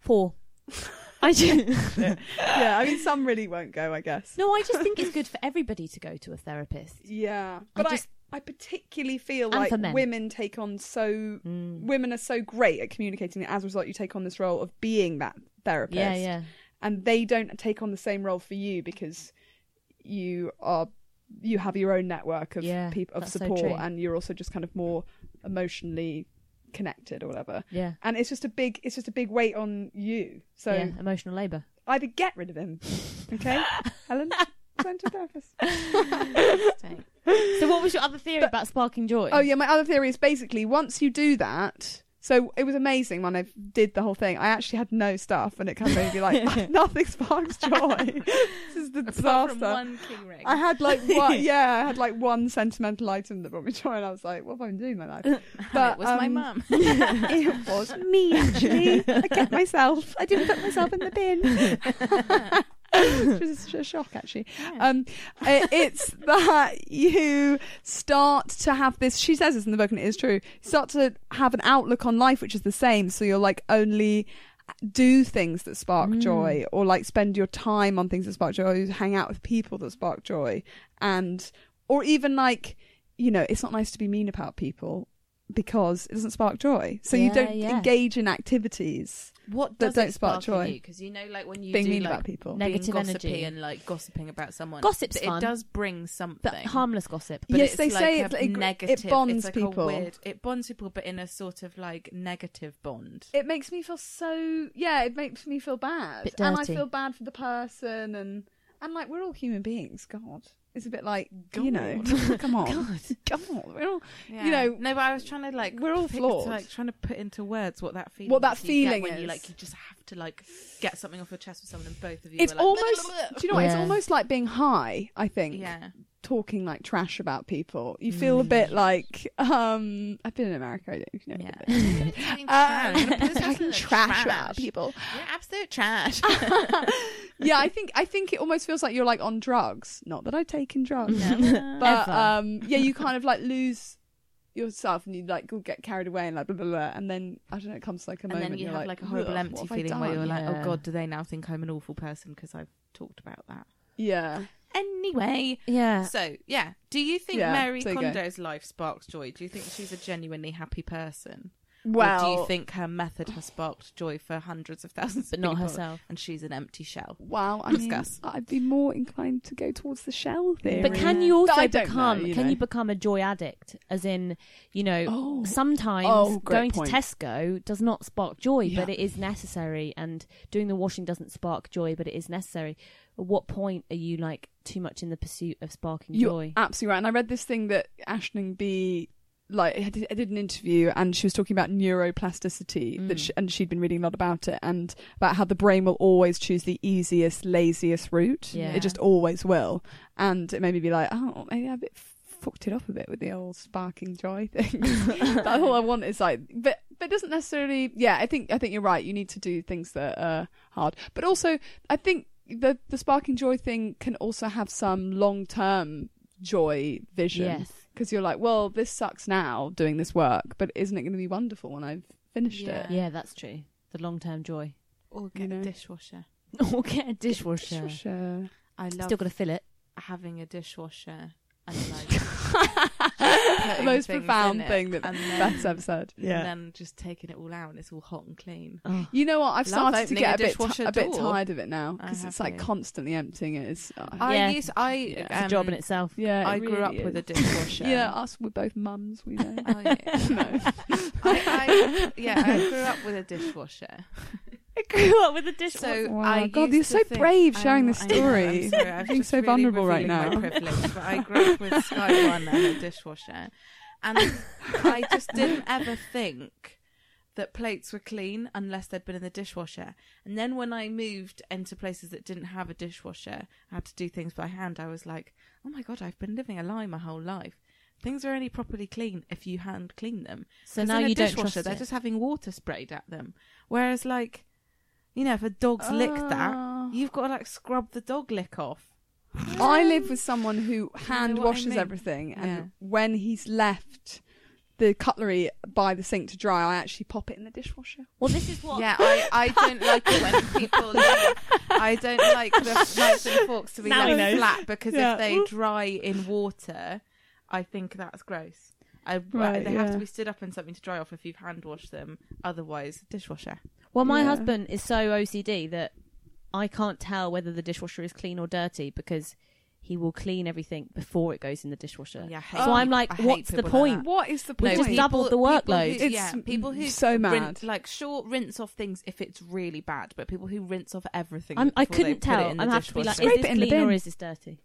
Speaker 2: four. I do.
Speaker 3: Yeah, I mean, some really won't go, I guess.
Speaker 2: No, I just think it's good for everybody to go to a therapist.
Speaker 3: Yeah, but I,
Speaker 2: just-
Speaker 3: I, particularly feel
Speaker 2: And
Speaker 3: like
Speaker 2: for men.
Speaker 3: women take on so
Speaker 2: Mm.
Speaker 3: women are so great at communicating. As a result, you take on this role of being that therapist.
Speaker 2: Yeah, yeah.
Speaker 3: and they don't take on the same role for you because you are you have your own network of
Speaker 2: Yeah,
Speaker 3: people of
Speaker 2: that's so
Speaker 3: support
Speaker 2: true.
Speaker 3: and you're also just kind of more emotionally connected or whatever
Speaker 2: Yeah.
Speaker 3: and it's just a big it's just a big weight on you so
Speaker 2: yeah, emotional labour.
Speaker 3: either get rid of him okay helen send to a therapist
Speaker 2: So, what was your other theory about sparking joy?
Speaker 3: Oh yeah, my other theory is basically once you do that. So it was amazing when I did the whole thing. I actually had no stuff, and it kind of made me like nothing sparks joy. this is the
Speaker 1: Apart
Speaker 3: disaster.
Speaker 1: from one key ring.
Speaker 3: I had like one, yeah, I had like one sentimental item that brought me joy, and I was like, what have I been doing in my life?
Speaker 1: but, it was my
Speaker 3: um,
Speaker 1: mum.
Speaker 3: it was me actually. I kept myself. I didn't put myself in the bin. Which was a shock, actually. Um, i- it's that you start to have this. She says this in the book, and it is true. Start to have an outlook on life which is the same. So you're like only do things that spark
Speaker 1: Mm.
Speaker 3: joy, or like spend your time on things that spark joy, or hang out with people that spark joy, and or even like you know, it's not nice to be mean about people because it doesn't spark joy. So you
Speaker 2: Yeah,
Speaker 3: don't
Speaker 2: yeah.
Speaker 3: engage in activities.
Speaker 1: What
Speaker 3: That
Speaker 1: does
Speaker 3: don't
Speaker 1: it
Speaker 3: spark
Speaker 1: spark
Speaker 3: joy.
Speaker 1: in you? Because you know, like when you
Speaker 3: being
Speaker 1: do
Speaker 3: mean
Speaker 1: like
Speaker 3: about people.
Speaker 2: Ne- Negative
Speaker 1: being gossipy
Speaker 2: energy.
Speaker 1: and like gossiping about someone.
Speaker 2: Gossip's
Speaker 1: it
Speaker 2: fun.
Speaker 1: does bring something.
Speaker 2: But harmless gossip.
Speaker 1: but
Speaker 3: Yes,
Speaker 1: it's
Speaker 3: they
Speaker 1: like
Speaker 3: say
Speaker 1: a
Speaker 3: it- it- it
Speaker 1: negative.
Speaker 3: bonds
Speaker 1: it's like a
Speaker 3: people.
Speaker 1: weird- it bonds people, but in a sort of like negative bond.
Speaker 3: It makes me feel so yeah, it makes me feel bad.
Speaker 2: Bit
Speaker 3: And I
Speaker 2: dirty.
Speaker 3: feel bad for the person and and like we're all human beings, God. It's a bit like you know come on. God. We're all
Speaker 1: Yeah.
Speaker 3: you know
Speaker 1: no, but I was trying to like
Speaker 3: we're all
Speaker 1: pic-
Speaker 3: flawed.
Speaker 1: like trying to put into words what that feeling.
Speaker 3: What that
Speaker 1: is you get
Speaker 3: feeling
Speaker 1: when you
Speaker 3: is.
Speaker 1: like you just have to like get something off your chest with someone, and both of you.
Speaker 3: it's
Speaker 1: were like,
Speaker 3: almost do you know what, it's
Speaker 2: Yeah.
Speaker 3: almost like being high, I think.
Speaker 1: yeah.
Speaker 3: Talking like trash about people.
Speaker 2: Mm.
Speaker 3: You feel a bit like um I've been in America, I don't you know.
Speaker 1: Yeah.
Speaker 3: Uh,
Speaker 1: I
Speaker 3: I can trash about people. Um,
Speaker 1: Yeah, absolute trash.
Speaker 3: yeah, I think I think it almost feels like you're like on drugs. Not that I've taken drugs, but
Speaker 2: Ever.
Speaker 3: um, yeah, you kind of like lose yourself and you like will get carried away and like blah blah blah, and then I don't know, it comes like a
Speaker 1: and
Speaker 3: moment
Speaker 1: then you
Speaker 3: you're
Speaker 1: have like, a horrible
Speaker 3: "Ugh,
Speaker 1: empty
Speaker 3: what have I
Speaker 1: feeling where
Speaker 3: done?"
Speaker 1: you're like,
Speaker 2: Yeah.
Speaker 1: oh god, do they now think I'm an awful person because I've talked about that?
Speaker 3: yeah,
Speaker 1: Anyway,
Speaker 2: yeah.
Speaker 1: so yeah, do you think
Speaker 3: Yeah,
Speaker 1: Mary
Speaker 3: so you go.
Speaker 1: Kondo's life sparks joy? Do you think she's a genuinely happy person?
Speaker 3: well,
Speaker 1: or do you think her method has sparked joy for hundreds of thousands,
Speaker 2: But
Speaker 1: of
Speaker 2: not
Speaker 1: people,
Speaker 2: herselgus
Speaker 1: and she's an empty shell?
Speaker 3: wow, I mean,
Speaker 1: Discuss.
Speaker 3: I'd be more inclined to go towards the shell theory.
Speaker 2: But can
Speaker 1: Yeah.
Speaker 2: you
Speaker 3: But I
Speaker 2: also
Speaker 3: don't
Speaker 2: become?
Speaker 3: know, you
Speaker 2: can
Speaker 3: know.
Speaker 2: you become a joy addict? As in, you know,
Speaker 3: Oh.
Speaker 2: sometimes
Speaker 3: Oh, great
Speaker 2: going
Speaker 3: point.
Speaker 2: to Tesco does not spark joy,
Speaker 3: Yeah.
Speaker 2: but it is necessary. And doing the washing doesn't spark joy, but it is necessary. At what point are you like too much in the pursuit of sparking
Speaker 3: You're
Speaker 2: joy?
Speaker 3: absolutely right. And I read this thing that Ashling B like I did, I did an interview and she was talking about neuroplasticity that she, and she'd been reading a lot about it and about how the brain will always choose the easiest laziest route
Speaker 2: Yeah.
Speaker 3: it just always will and it made me be like oh maybe I a bit fucked it up a bit with the old sparking joy thing That's all I want is like but but it doesn't necessarily yeah I think I think you're right you need to do things that are hard but also I think the the sparking joy thing can also have some long term joy vision
Speaker 2: Yes.
Speaker 3: because you're like, well, this sucks now doing this work, but isn't it going to be wonderful when I've finished
Speaker 1: Yeah.
Speaker 3: it?
Speaker 2: Yeah, that's true. The long-term joy.
Speaker 1: Or
Speaker 3: get
Speaker 1: get
Speaker 3: a
Speaker 1: a dishwasher.
Speaker 2: or get a dishwasher.
Speaker 3: Sure, sure.
Speaker 1: I love
Speaker 2: Still got to fill it.
Speaker 1: having a dishwasher and like putting
Speaker 3: most
Speaker 1: things
Speaker 3: profound
Speaker 1: in it
Speaker 3: thing that
Speaker 1: and then-
Speaker 3: Beth's ever said.
Speaker 1: and then just taking it all out and it's all hot and clean.
Speaker 4: Oh.
Speaker 3: You know what? I've
Speaker 1: Love
Speaker 3: started to
Speaker 1: opening
Speaker 3: get a
Speaker 1: a
Speaker 3: bit ti-
Speaker 1: dishwasher
Speaker 3: a bit
Speaker 1: door.
Speaker 3: tired of it now
Speaker 1: I
Speaker 3: because it's
Speaker 1: have
Speaker 3: like
Speaker 1: been.
Speaker 3: constantly emptying it. It's, uh,
Speaker 1: I
Speaker 2: Yeah.
Speaker 1: used I
Speaker 3: Yeah.
Speaker 2: It's
Speaker 1: um,
Speaker 2: a job in itself.
Speaker 3: yeah, it
Speaker 1: I grew
Speaker 3: really
Speaker 1: up with
Speaker 3: is.
Speaker 1: a dishwasher.
Speaker 3: You know, us we're both mums. We know.
Speaker 1: I,
Speaker 3: No.
Speaker 1: I, I, yeah, I grew up with a dishwasher.
Speaker 2: I grew up with a dish.
Speaker 1: So
Speaker 3: Wow,
Speaker 1: I
Speaker 3: God,
Speaker 1: used
Speaker 3: you're
Speaker 1: to
Speaker 3: so
Speaker 1: think-
Speaker 3: brave sharing
Speaker 1: I'm-
Speaker 3: this
Speaker 1: I know,
Speaker 3: story.
Speaker 1: I'm sorry, I've
Speaker 3: Being
Speaker 1: just
Speaker 3: so
Speaker 1: really
Speaker 3: vulnerable right
Speaker 1: revealing My
Speaker 3: now.
Speaker 1: privilege, but I grew up with Sky One and a dishwasher, and I just didn't ever think that plates were clean unless they'd been in the dishwasher. And then when I moved into places that didn't have a dishwasher, I had to do things by hand. I was like, oh my god, I've been living a lie my whole life. Things are only properly clean if you hand clean them.
Speaker 2: So
Speaker 1: 'Cause
Speaker 2: now
Speaker 1: in a
Speaker 2: you don't
Speaker 1: dishwasher,
Speaker 2: trust
Speaker 1: They're
Speaker 2: it.
Speaker 1: just having water sprayed at them. Whereas, like, you know, if a dog's licked that,
Speaker 3: Ah.
Speaker 1: you've got to like scrub the dog lick off.
Speaker 3: I
Speaker 2: Um,
Speaker 3: live with someone who hand
Speaker 1: what I
Speaker 3: washes
Speaker 1: mean?
Speaker 3: everything, and
Speaker 1: Yeah.
Speaker 3: when he's left the cutlery by the sink to dry, I actually pop it in the dishwasher.
Speaker 2: Well, this is what.
Speaker 1: Yeah, I, I don't like it when people. leave- I don't like the knives and forks to be
Speaker 2: Now he
Speaker 1: left
Speaker 2: knows.
Speaker 1: flat because
Speaker 3: Yeah.
Speaker 1: if they dry in water, I think that's gross. I, uh,
Speaker 3: Right,
Speaker 1: they have
Speaker 3: yeah.
Speaker 1: to be stood up in something to dry off if you've hand washed them. Otherwise, dishwasher.
Speaker 2: Well, my
Speaker 3: Yeah.
Speaker 2: husband is so OCD that I can't tell whether the dishwasher is clean or dirty because he will clean everything before it goes in the dishwasher.
Speaker 1: Yeah, I hate-
Speaker 2: so I'm like,
Speaker 1: I hate
Speaker 2: what's the
Speaker 1: people like
Speaker 2: point?
Speaker 3: What is the
Speaker 2: We've
Speaker 3: point?
Speaker 2: just doubled the workload.
Speaker 1: People who,
Speaker 3: It's
Speaker 1: yeah, people who
Speaker 3: so mad.
Speaker 1: rinse- like sure, rinse off things if it's really bad, but people who rinse off everything.
Speaker 2: I'm, I
Speaker 1: before they
Speaker 2: couldn't
Speaker 1: put it
Speaker 2: tell.
Speaker 1: in the
Speaker 2: I'm have to be like,
Speaker 1: dishwasher.
Speaker 3: Scrape
Speaker 2: is
Speaker 3: it
Speaker 2: this
Speaker 3: in the
Speaker 2: clean or
Speaker 3: bin.
Speaker 2: is this dirty?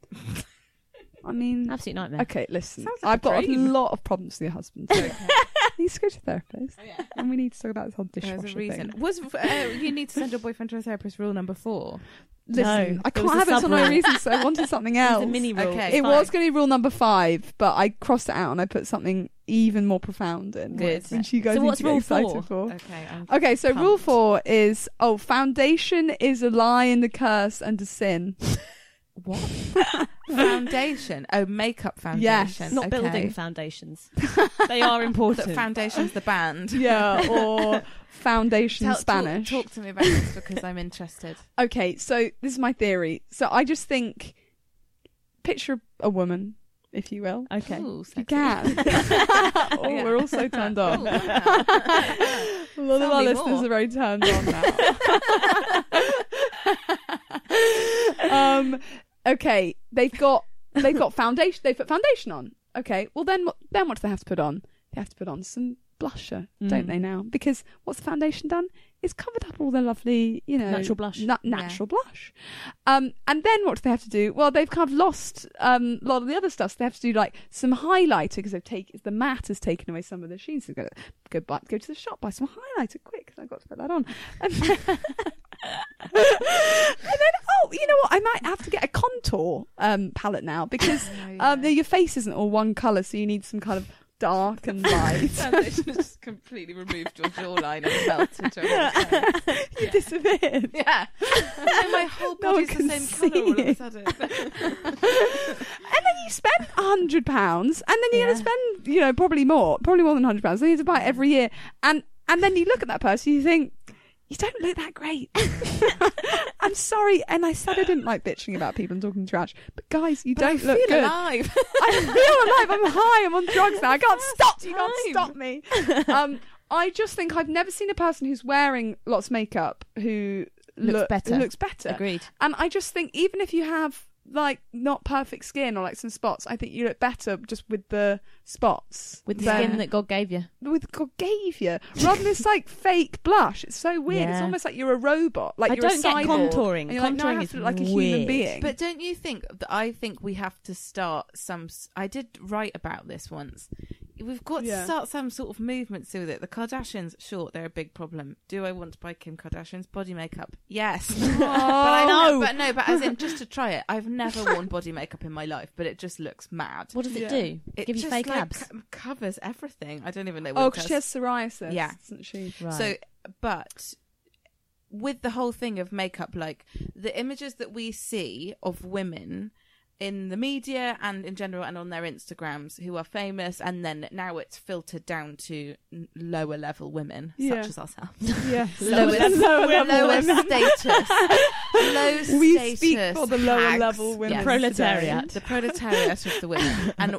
Speaker 3: I mean,
Speaker 2: Absolute nightmare.
Speaker 3: okay, listen.
Speaker 1: Sounds like
Speaker 3: I've
Speaker 1: a
Speaker 3: got a
Speaker 1: dream.
Speaker 3: lot of problems with your husband. So he needs to go to a
Speaker 1: Oh,
Speaker 3: therapist, and we need to talk about this whole dishwasher
Speaker 1: There's a reason.
Speaker 3: thing.
Speaker 1: Was uh, you need to send your boyfriend to a therapist? Rule number four.
Speaker 3: Listen,
Speaker 2: No,
Speaker 3: I
Speaker 2: there
Speaker 3: can't
Speaker 2: was
Speaker 3: have
Speaker 2: a
Speaker 3: it for no
Speaker 2: sub-rule.
Speaker 3: reason, so I wanted something
Speaker 2: It's
Speaker 3: else.
Speaker 2: a mini rule.
Speaker 1: Okay.
Speaker 2: It's
Speaker 3: It
Speaker 2: fine.
Speaker 3: was going to be rule number five, but I crossed it out and I put something even more profound in.
Speaker 1: Good.
Speaker 3: Which you guys
Speaker 2: So
Speaker 3: need
Speaker 2: what's
Speaker 3: to get
Speaker 2: rule
Speaker 3: excited
Speaker 2: four?
Speaker 3: for.
Speaker 1: Okay. I'm
Speaker 3: Okay, so rule
Speaker 1: Pumped.
Speaker 3: four is oh, foundation is a lie and a curse and a sin.
Speaker 1: What? foundation. Oh, makeup foundation.
Speaker 3: Yes.
Speaker 2: Not
Speaker 1: okay.
Speaker 2: building foundations. they are
Speaker 1: That
Speaker 2: important.
Speaker 1: foundation's the band.
Speaker 3: Yeah, or foundation
Speaker 1: Tell-
Speaker 3: Spanish.
Speaker 1: Talk, talk to me about this because I'm interested.
Speaker 3: Okay, so this is my theory. So I just think, picture a woman, if you will.
Speaker 2: okay.
Speaker 1: Ooh,
Speaker 3: If
Speaker 1: sexy.
Speaker 3: you can. oh,
Speaker 1: Yeah.
Speaker 3: we're all so turned on.
Speaker 1: Ooh, wow.
Speaker 3: A lot of
Speaker 1: Tell
Speaker 3: our
Speaker 1: me
Speaker 3: listeners
Speaker 1: more.
Speaker 3: are very turned on now. um, okay, they've got they've got foundation. They put foundation on. Okay, well then what then what do they have to put on? They have to put on some blusher, don't
Speaker 2: Mm.
Speaker 3: they? Now because what's the foundation done? It's covered up all the lovely, you know,
Speaker 2: Natural blush.
Speaker 3: na- natural blush. Um, and then what do they have to do? Well, they've kind of lost um, a lot of the other stuff. So they have to do like some highlighter because they've taken the matte has taken away some of the sheen. So they've got to go back, go to the shop, buy some highlighter quick because I've got to put that on. And then, and then, oh, you know what? I might have to get a contour um, palette now because um, your face isn't all one color, so you need some kind of dark and light.
Speaker 1: Foundation has just completely removed your jawline and melted your
Speaker 3: you disappeared.
Speaker 1: Yeah. And my whole
Speaker 3: No one
Speaker 1: body's
Speaker 3: can
Speaker 1: the same
Speaker 3: see
Speaker 1: colour all of a
Speaker 3: it.
Speaker 1: sudden.
Speaker 3: and then you spend a hundred pounds, and then you're
Speaker 2: Yeah.
Speaker 3: going to spend, you know, probably more, probably more than hundred pounds. Then you have to buy it every year, and and then you look at that person, you think. You don't look that great. I'm sorry, and I said I didn't like bitching about people and talking trash, but guys, you don't
Speaker 1: I
Speaker 3: look
Speaker 1: feel
Speaker 3: good.
Speaker 1: alive.
Speaker 3: I feel alive. I'm high. I'm on drugs now. I can't stop. You
Speaker 1: time.
Speaker 3: can't stop me. Um, I just think I've never seen a person who's wearing lots of makeup who
Speaker 2: Looks
Speaker 3: look-
Speaker 2: better.
Speaker 3: Looks better.
Speaker 2: Agreed.
Speaker 3: And I just think even if you have like not perfect skin or like some spots, I think you look better just with the spots.
Speaker 2: With the
Speaker 3: than-
Speaker 2: skin that God gave you.
Speaker 3: with God gave you. Rather than this like fake blush. It's so weird. It's
Speaker 2: Yeah.
Speaker 3: almost like you're a robot. Like
Speaker 2: I
Speaker 3: you're a
Speaker 2: don't get
Speaker 3: cyborg.
Speaker 2: contouring.
Speaker 3: And you're like, no, I
Speaker 2: Contouring
Speaker 3: have
Speaker 2: is
Speaker 3: to look like a human
Speaker 2: weird.
Speaker 3: being.
Speaker 1: But don't you think that I think we have to start some? s- I did write about this once. We've got
Speaker 3: Yeah.
Speaker 1: to start some sort of movement to it. The Kardashians, sure, they're a big problem. Do I want to buy Kim Kardashian's body makeup? Yes, but I
Speaker 3: Oh,
Speaker 2: no.
Speaker 1: But no, but as in just to try it. I've never worn body makeup in my life, but it just looks mad.
Speaker 2: What does
Speaker 3: Yeah.
Speaker 2: it do?
Speaker 1: It
Speaker 2: Give you
Speaker 1: just,
Speaker 2: fake
Speaker 1: like,
Speaker 2: abs.
Speaker 1: co- covers everything. I don't even know. What
Speaker 3: oh,
Speaker 1: it
Speaker 3: because
Speaker 1: does.
Speaker 3: she has psoriasis.
Speaker 1: Yeah.
Speaker 3: Isn't she?
Speaker 2: Right.
Speaker 1: So, but with the whole thing of makeup, like the images that we see of women in the media and in general and on their Instagrams who are famous, and then now it's filtered down to n- lower level women,
Speaker 3: Yeah.
Speaker 1: such as ourselves.
Speaker 3: Yeah.
Speaker 1: Lower- Lower status. Low status.
Speaker 3: We speak for the lower
Speaker 1: hags.
Speaker 3: level women
Speaker 1: Yes.
Speaker 2: Proletariat.
Speaker 1: The proletariat of the women. And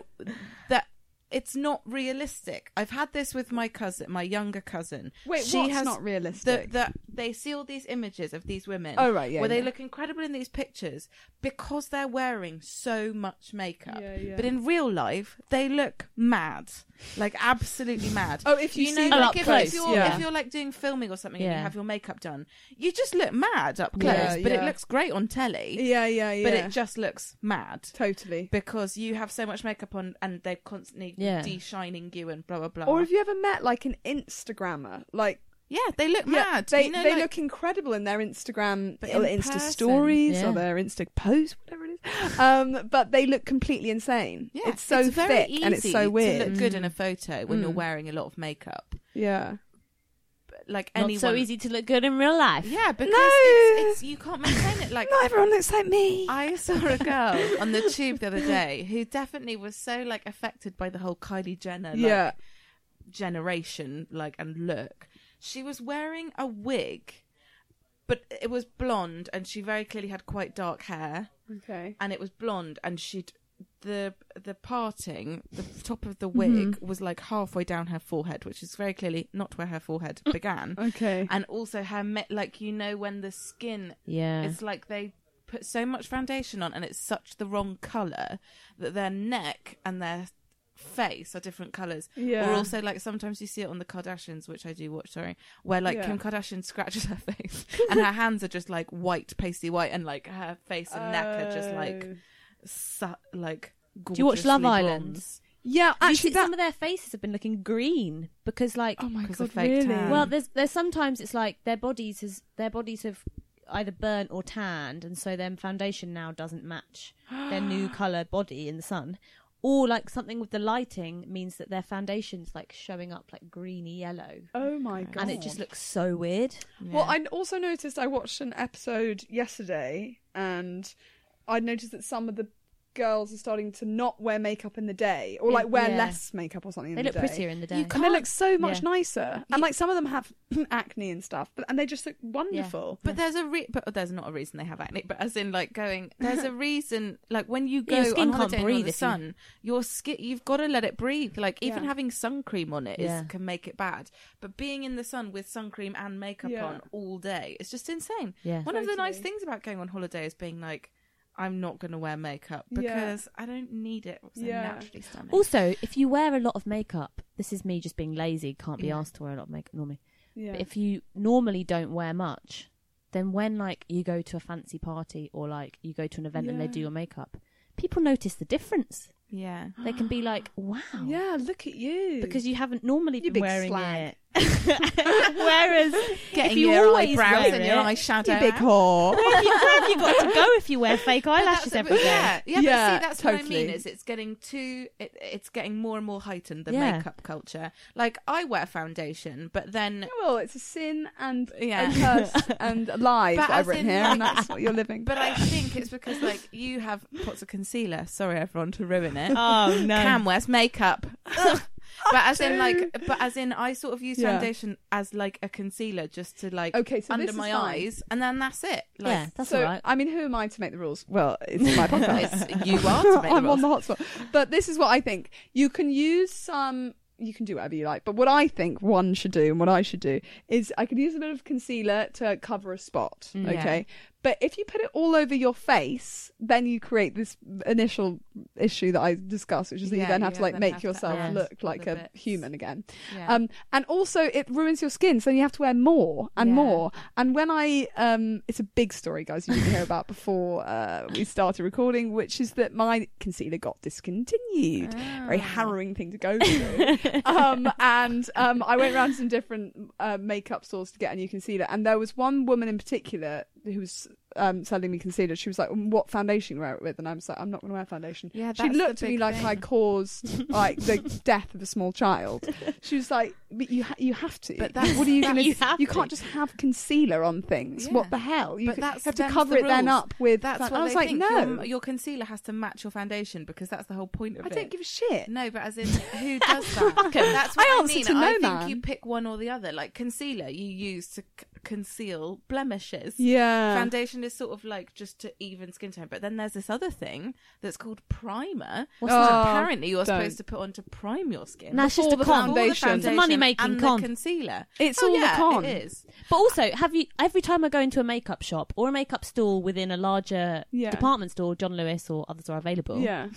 Speaker 1: it's not realistic. I've had this with my cousin, my younger cousin.
Speaker 3: Wait,
Speaker 1: she
Speaker 3: what's
Speaker 1: has
Speaker 3: not
Speaker 1: the,
Speaker 3: realistic?
Speaker 1: the, they see all these images of these women.
Speaker 3: Oh, right, yeah,
Speaker 1: Where they
Speaker 3: yeah.
Speaker 1: look incredible in these pictures because they're wearing so much makeup.
Speaker 3: Yeah, yeah.
Speaker 1: But in real life, they look mad, like absolutely mad.
Speaker 3: Oh, if you see them
Speaker 1: like
Speaker 3: up
Speaker 1: if,
Speaker 3: close,
Speaker 1: if you're
Speaker 3: yeah.
Speaker 1: if you're like doing filming or something and
Speaker 2: Yeah.
Speaker 1: you have your makeup done, you just look mad up close.
Speaker 3: Yeah,
Speaker 1: but
Speaker 3: yeah.
Speaker 1: it looks great on telly.
Speaker 3: yeah, yeah, yeah.
Speaker 1: But it just looks mad
Speaker 3: totally.
Speaker 1: because you have so much makeup on and they're constantly
Speaker 2: Yeah.
Speaker 1: de-shining you and blah blah blah.
Speaker 3: Or have you ever met like an Instagrammer? Like
Speaker 1: yeah, they look
Speaker 3: yeah,
Speaker 1: mad.
Speaker 3: They
Speaker 1: you know,
Speaker 3: they
Speaker 1: like-
Speaker 3: look incredible in their Instagram
Speaker 1: But
Speaker 3: or
Speaker 1: in
Speaker 3: Insta
Speaker 1: person,
Speaker 3: stories
Speaker 2: yeah.
Speaker 3: or their Insta posts, whatever it is. Um, but they look completely insane.
Speaker 1: Yeah,
Speaker 3: it's so
Speaker 1: very
Speaker 3: thick and it's
Speaker 1: easy
Speaker 3: so weird.
Speaker 1: To look
Speaker 2: Mm.
Speaker 1: good in a photo when you're
Speaker 3: Mm.
Speaker 1: wearing a lot of makeup,
Speaker 3: Yeah.
Speaker 1: But, like
Speaker 2: Not
Speaker 1: anyone.
Speaker 2: so easy to look good in real life.
Speaker 1: Yeah, because
Speaker 3: No.
Speaker 1: it's, it's you can't maintain it. Like
Speaker 3: Not everyone looks like me.
Speaker 1: I saw a girl on the tube the other day who definitely was so like affected by the whole Kylie Jenner like,
Speaker 3: yeah.
Speaker 1: generation, like and look. She was wearing a wig, but it was blonde, and she very clearly had quite dark hair.
Speaker 3: Okay.
Speaker 1: and it was blonde and she'd the the parting the top of the wig was like halfway down her forehead which is very clearly not where her forehead began
Speaker 3: Okay.
Speaker 1: and also her me- like you know when the skin
Speaker 2: Yeah.
Speaker 1: it's like they put so much foundation on and it's such the wrong color that their neck and their face are different colors
Speaker 3: Yeah.
Speaker 1: or also like sometimes you see it on the kardashians which i do watch sorry where like
Speaker 3: Yeah.
Speaker 1: kim kardashian scratches her face and her hands are just like white pasty white and like her face and neck are just like
Speaker 3: Oh.
Speaker 1: su- like. Do
Speaker 2: you watch Love Island?
Speaker 3: Yeah,
Speaker 2: You
Speaker 3: actually
Speaker 2: see
Speaker 3: that
Speaker 2: some of their faces have been looking green because, like,
Speaker 3: Oh my
Speaker 1: 'Cause
Speaker 3: god,
Speaker 1: of fake
Speaker 3: really?
Speaker 1: tan.
Speaker 2: well, there's there's sometimes it's like their bodies has their bodies have either burnt or tanned, and so their foundation now doesn't match their new color body in the sun. Or like something with the lighting means that their foundation's like showing up like greeny yellow,
Speaker 3: Oh my god.
Speaker 2: and it just looks so weird.
Speaker 3: Well, I also noticed I watched an episode yesterday and I noticed that some of the girls are starting to not wear makeup in the day or like wear
Speaker 2: Yeah.
Speaker 3: less makeup or something in
Speaker 2: They
Speaker 3: the
Speaker 2: look
Speaker 3: day.
Speaker 2: prettier in the day.
Speaker 3: and they look so much
Speaker 2: yeah.
Speaker 3: nicer. And like some of them have acne and stuff, but and they just look wonderful.
Speaker 1: but there's a re- but there's not a reason they have acne. But as in like going, there's a reason. Like when you go
Speaker 2: Your skin
Speaker 1: on
Speaker 2: can't
Speaker 1: holiday in
Speaker 2: breathe
Speaker 1: the
Speaker 2: if you-
Speaker 1: sun, your skin you've got to let it breathe. Like even
Speaker 3: Yeah.
Speaker 1: having sun cream on it is,
Speaker 2: Yeah.
Speaker 1: can make it bad. But being in the sun with sun cream and makeup
Speaker 3: Yeah.
Speaker 1: on all day, it's just insane.
Speaker 2: Yeah.
Speaker 1: One of the nice
Speaker 3: Totally.
Speaker 1: things about going on holiday is being like. I'm not going to wear makeup
Speaker 3: Yeah.
Speaker 1: because I don't need it. So
Speaker 3: Yeah.
Speaker 1: naturally stunning.
Speaker 2: Also, if you wear a lot of makeup, this is me just being lazy, can't be
Speaker 1: Yeah.
Speaker 2: asked to wear a lot of makeup normally.
Speaker 3: yeah.
Speaker 2: But if you normally don't wear much, then when like you go to a fancy party or like you go to an event and they
Speaker 3: Yeah.
Speaker 2: do your makeup, people notice the difference.
Speaker 1: yeah.
Speaker 2: They can be like, "Wow."
Speaker 3: yeah, look at you.
Speaker 2: Because you haven't normally
Speaker 3: You
Speaker 2: been
Speaker 3: big
Speaker 2: wering
Speaker 3: slag.
Speaker 2: it. Whereas
Speaker 1: Getting
Speaker 2: if you
Speaker 1: your
Speaker 2: always
Speaker 1: eyebrows
Speaker 2: wear
Speaker 1: and your
Speaker 2: it,
Speaker 1: eyeshadow
Speaker 3: you big
Speaker 1: out.
Speaker 3: whore.
Speaker 2: where have you, where have you got to go if you wear fake
Speaker 1: But
Speaker 2: eyelashes
Speaker 1: that's-
Speaker 2: every day?
Speaker 1: Yeah, yeah,
Speaker 3: Yeah,
Speaker 1: but see, that's what I
Speaker 3: totally.
Speaker 1: mean. Is it's getting too, it, it's getting more and more heightened the
Speaker 2: Yeah.
Speaker 1: makeup culture. Like I wear foundation, but then
Speaker 3: well, it's a sin and
Speaker 1: Yeah.
Speaker 3: a curse and a lie
Speaker 1: But
Speaker 3: that I've
Speaker 1: as
Speaker 3: written
Speaker 1: in,
Speaker 3: here,
Speaker 1: like-
Speaker 3: and that's what you're living.
Speaker 1: But I think it's because like you have pots of concealer. Sorry, everyone, to ruin it.
Speaker 2: Oh no.
Speaker 1: Cam wears makeup. Ugh. but as in like, but as in, I sort of use
Speaker 3: Yeah.
Speaker 1: foundation as like a concealer just to like
Speaker 3: Okay, so
Speaker 1: under
Speaker 3: this is
Speaker 1: my
Speaker 3: fine.
Speaker 1: eyes, and then that's it.
Speaker 2: yeah,
Speaker 1: Like,
Speaker 2: that's
Speaker 3: so, uh,
Speaker 2: all right.
Speaker 3: I mean, who am I to make the rules? Well, it's my podcast.
Speaker 1: it's, you are. To make
Speaker 3: I'm
Speaker 1: rules.
Speaker 3: on the hotspot. But this is what I think. You can use some. You can do whatever you like. But what I think one should do and what I should do is I could use a bit of concealer to cover a spot.
Speaker 1: Mm,
Speaker 3: Okay. But if you put it all over your face, then you create this initial issue that I discussed, which is that you
Speaker 1: Yeah,
Speaker 3: then
Speaker 1: you
Speaker 3: have to like
Speaker 1: then have
Speaker 3: make
Speaker 1: to
Speaker 3: yourself
Speaker 1: add
Speaker 3: look like
Speaker 1: the
Speaker 3: a
Speaker 1: bits.
Speaker 3: human again.
Speaker 1: Yeah.
Speaker 3: Um, and also it ruins your skin, so then you have to wear more and
Speaker 1: Yeah.
Speaker 3: more. And when I, um, it's a big story, guys, you didn't hear about before uh, we started recording, which is that my concealer got discontinued.
Speaker 1: Oh. Ah.
Speaker 3: Very harrowing thing to go through. um, and um, I went around some different uh, makeup stores to get a new concealer, and there was one woman in particular who was. Um, selling me concealer, she was like, "What foundation you wear it with?" And I was like, "I'm not going to wear foundation."
Speaker 1: Yeah,
Speaker 3: she
Speaker 1: that's the
Speaker 3: looked at me
Speaker 1: big
Speaker 3: like I
Speaker 1: thing.
Speaker 3: caused like the death of a small child. She was like, "But you ha- you have to.
Speaker 1: But that's-
Speaker 3: what are you
Speaker 1: that-
Speaker 3: going to?
Speaker 1: you
Speaker 3: You,
Speaker 1: have to.
Speaker 3: can't just have concealer on things. What
Speaker 1: Yeah.
Speaker 3: the hell? You,
Speaker 1: But
Speaker 3: c-
Speaker 1: that's-
Speaker 3: have to
Speaker 1: them's
Speaker 3: cover
Speaker 1: the
Speaker 3: it then
Speaker 1: rules.
Speaker 3: up with."
Speaker 1: That's
Speaker 3: and
Speaker 1: what
Speaker 3: I was
Speaker 1: they
Speaker 3: like,
Speaker 1: think.
Speaker 3: "No,
Speaker 1: Your, your concealer has to match your foundation because that's the whole point of
Speaker 3: I
Speaker 1: it.
Speaker 3: don't give a shit."
Speaker 1: no, but as in, who does that?
Speaker 3: 'em.
Speaker 1: That's what
Speaker 3: I
Speaker 1: I,
Speaker 3: answer
Speaker 1: mean.
Speaker 3: to no
Speaker 1: I think
Speaker 3: man.
Speaker 1: you pick one or the other. Like concealer, you use to c- conceal blemishes.
Speaker 3: Yeah.
Speaker 1: Foundation is sort of like just to even skin tone, but then there's this other thing that's called primer. which
Speaker 3: What's that?
Speaker 1: Apparently, you're
Speaker 3: don't.
Speaker 1: supposed to put on to prime your skin.
Speaker 4: That's
Speaker 3: Before
Speaker 4: just a
Speaker 3: the
Speaker 4: con.
Speaker 1: Before
Speaker 3: foundation. It's a
Speaker 4: money-making
Speaker 1: and
Speaker 4: con.
Speaker 1: The concealer.
Speaker 3: It's
Speaker 1: oh,
Speaker 3: all the
Speaker 1: yeah,
Speaker 3: con.
Speaker 1: It is.
Speaker 4: But also, have you every time I go into a makeup shop or a makeup store within a larger
Speaker 3: Yeah.
Speaker 4: department store, John Lewis or others are available.
Speaker 3: yeah.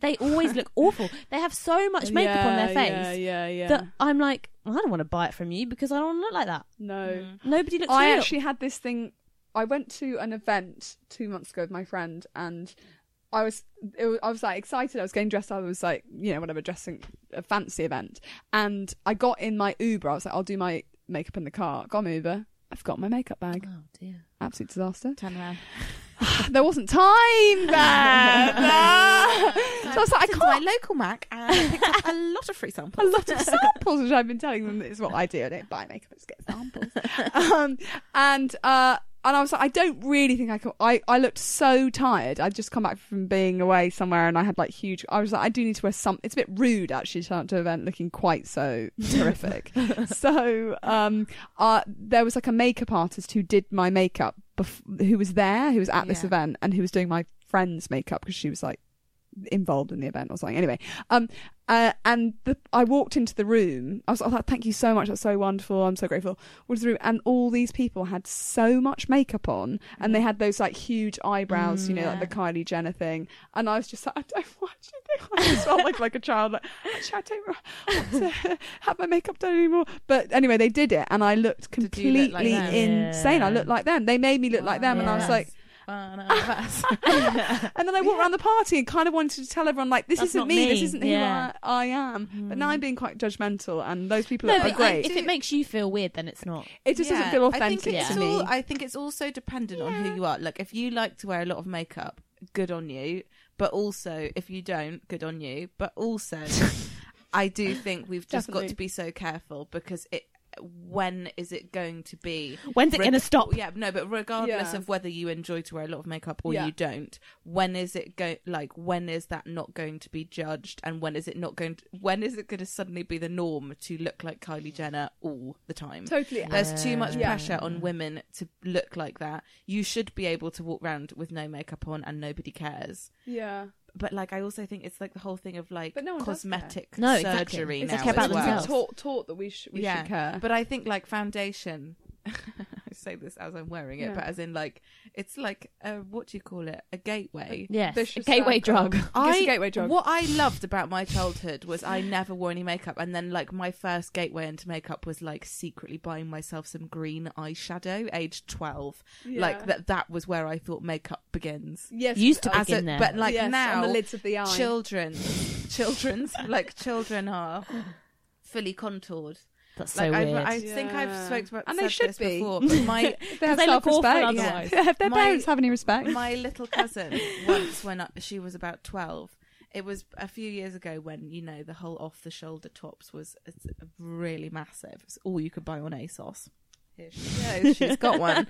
Speaker 4: They always look awful. They have so much makeup
Speaker 3: yeah,
Speaker 4: on their face
Speaker 3: Yeah, yeah, yeah.
Speaker 4: that I'm like, "Well, I don't want to buy it from you because I don't want to look like that.
Speaker 3: no.
Speaker 1: Mm.
Speaker 4: Nobody looks.
Speaker 3: I
Speaker 4: real.
Speaker 3: actually had this thing. I went to an event two months ago with my friend, and I was, it was I was like excited. I was getting dressed up. I was like, you know, whatever, dressing a fancy event. And I got in my Uber. I was like, I'll do my makeup in the car. Got my Uber. I've got my makeup bag.
Speaker 4: Oh dear.
Speaker 3: Absolute disaster.
Speaker 1: Turn around.
Speaker 3: there wasn't time there. so I was like, I
Speaker 1: Since
Speaker 3: can't.
Speaker 1: my local Mac and picked up a lot of free samples.
Speaker 3: a lot of samples, which I've been telling them that is what I do. I don't buy makeup; I just get samples. um, and uh, and I was like, I don't really think I can. I I looked so tired. I'd just come back from being away somewhere, and I had like huge. I was like, I do need to wear some. It's a bit rude actually to turn up to an event looking quite so terrific. so um, uh, there was like a makeup artist who did my makeup, bef- who was there, who was at this
Speaker 1: Yeah.
Speaker 3: event, and who was doing my friend's makeup because she was like involved in the event or something. Anyway, um, uh, and the, I walked into the room. I was like, oh, thank you so much. That's so wonderful. I'm so grateful. Walked into the room, and all these people had so much makeup on, and
Speaker 1: Mm.
Speaker 3: they had those like huge eyebrows, you know, like the Kylie Jenner thing. And I was just like, I don't watch it. I just felt like like a child. Like, actually, I don't want to have my makeup done anymore. But anyway, they did it, and I looked
Speaker 1: Did you look like
Speaker 3: completely
Speaker 1: them?
Speaker 3: insane. I looked like them. They made me look like them, and I was
Speaker 4: Yes.
Speaker 3: like.
Speaker 1: One of us.
Speaker 3: And then I walked around the party and kind of wanted to tell everyone, like, this
Speaker 4: That's
Speaker 3: isn't
Speaker 4: not
Speaker 3: me, this
Speaker 4: me.
Speaker 3: isn't who
Speaker 4: Yeah.
Speaker 3: I, I am. But now I'm being quite judgmental, and those people
Speaker 4: No,
Speaker 3: are
Speaker 4: but
Speaker 3: great.
Speaker 4: if it makes you feel weird, then it's not.
Speaker 3: it just
Speaker 1: Yeah,
Speaker 3: doesn't feel
Speaker 1: I
Speaker 3: authentic
Speaker 1: think it's
Speaker 3: to me.
Speaker 1: all- I think it's also dependent on who you are. Like, if you like to wear a lot of makeup, good on you. But also, if you don't, good on you. But also, I do think we've just
Speaker 3: Definitely.
Speaker 1: got to be so careful because it. When is it going to be?
Speaker 4: When's it
Speaker 1: Reg-
Speaker 4: gonna stop?
Speaker 1: Yeah, no, but regardless
Speaker 3: Yeah.
Speaker 1: of whether you enjoy to wear a lot of makeup or
Speaker 3: Yeah.
Speaker 1: you don't, when is it go like when is that not going to be judged and when is it not going to when is it going to suddenly be the norm to look like Kylie Jenner all the time?
Speaker 3: Totally. uh,
Speaker 1: There's too much
Speaker 3: Yeah.
Speaker 1: pressure on women to look like that. You should be able to walk around with no makeup on and nobody cares.
Speaker 3: yeah.
Speaker 1: But like, I also think it's like the whole thing of like
Speaker 3: But no one does
Speaker 1: cosmetic
Speaker 4: No, exactly.
Speaker 1: surgery
Speaker 4: It's
Speaker 1: now
Speaker 4: like care about
Speaker 1: as well.
Speaker 4: themselves.
Speaker 3: We've been taught, taught that we, sh- we
Speaker 1: yeah,
Speaker 3: should care.
Speaker 1: but I think like foundation. I say this as I'm wearing it,
Speaker 3: Yeah.
Speaker 1: but as in like it's like a, what do you call it? A gateway.
Speaker 4: Yes.
Speaker 3: Vicious
Speaker 4: gateway
Speaker 3: circle.
Speaker 4: drug.
Speaker 3: I guess a gateway drug.
Speaker 1: What I loved about my childhood was I never wore any makeup, and then like my first gateway into makeup was like secretly buying myself some green eyeshadow, age twelve.
Speaker 3: Yeah.
Speaker 1: Like that. That was where I thought makeup begins.
Speaker 3: Yes,
Speaker 4: Used to
Speaker 3: uh,
Speaker 1: As a,
Speaker 4: Begin there.
Speaker 1: but like
Speaker 3: yes,
Speaker 1: now,
Speaker 3: on the lids of the eye.
Speaker 1: children, children's like children are fully contoured.
Speaker 4: That's so
Speaker 1: Like I've-
Speaker 4: weird.
Speaker 1: I, think I've
Speaker 3: Yeah.
Speaker 1: spoke about
Speaker 3: And they
Speaker 1: said
Speaker 3: should
Speaker 1: this
Speaker 3: be.
Speaker 1: before. But my
Speaker 3: If they have
Speaker 4: they look awful
Speaker 3: self-respect.
Speaker 4: otherwise.
Speaker 3: Yeah. if their
Speaker 1: My-
Speaker 3: parents have any respect.
Speaker 1: my little cousin once when I, she was about 12 it was a few years ago when you know the whole off the shoulder tops was it's really massive it's all you could buy on asos here she goes she's got one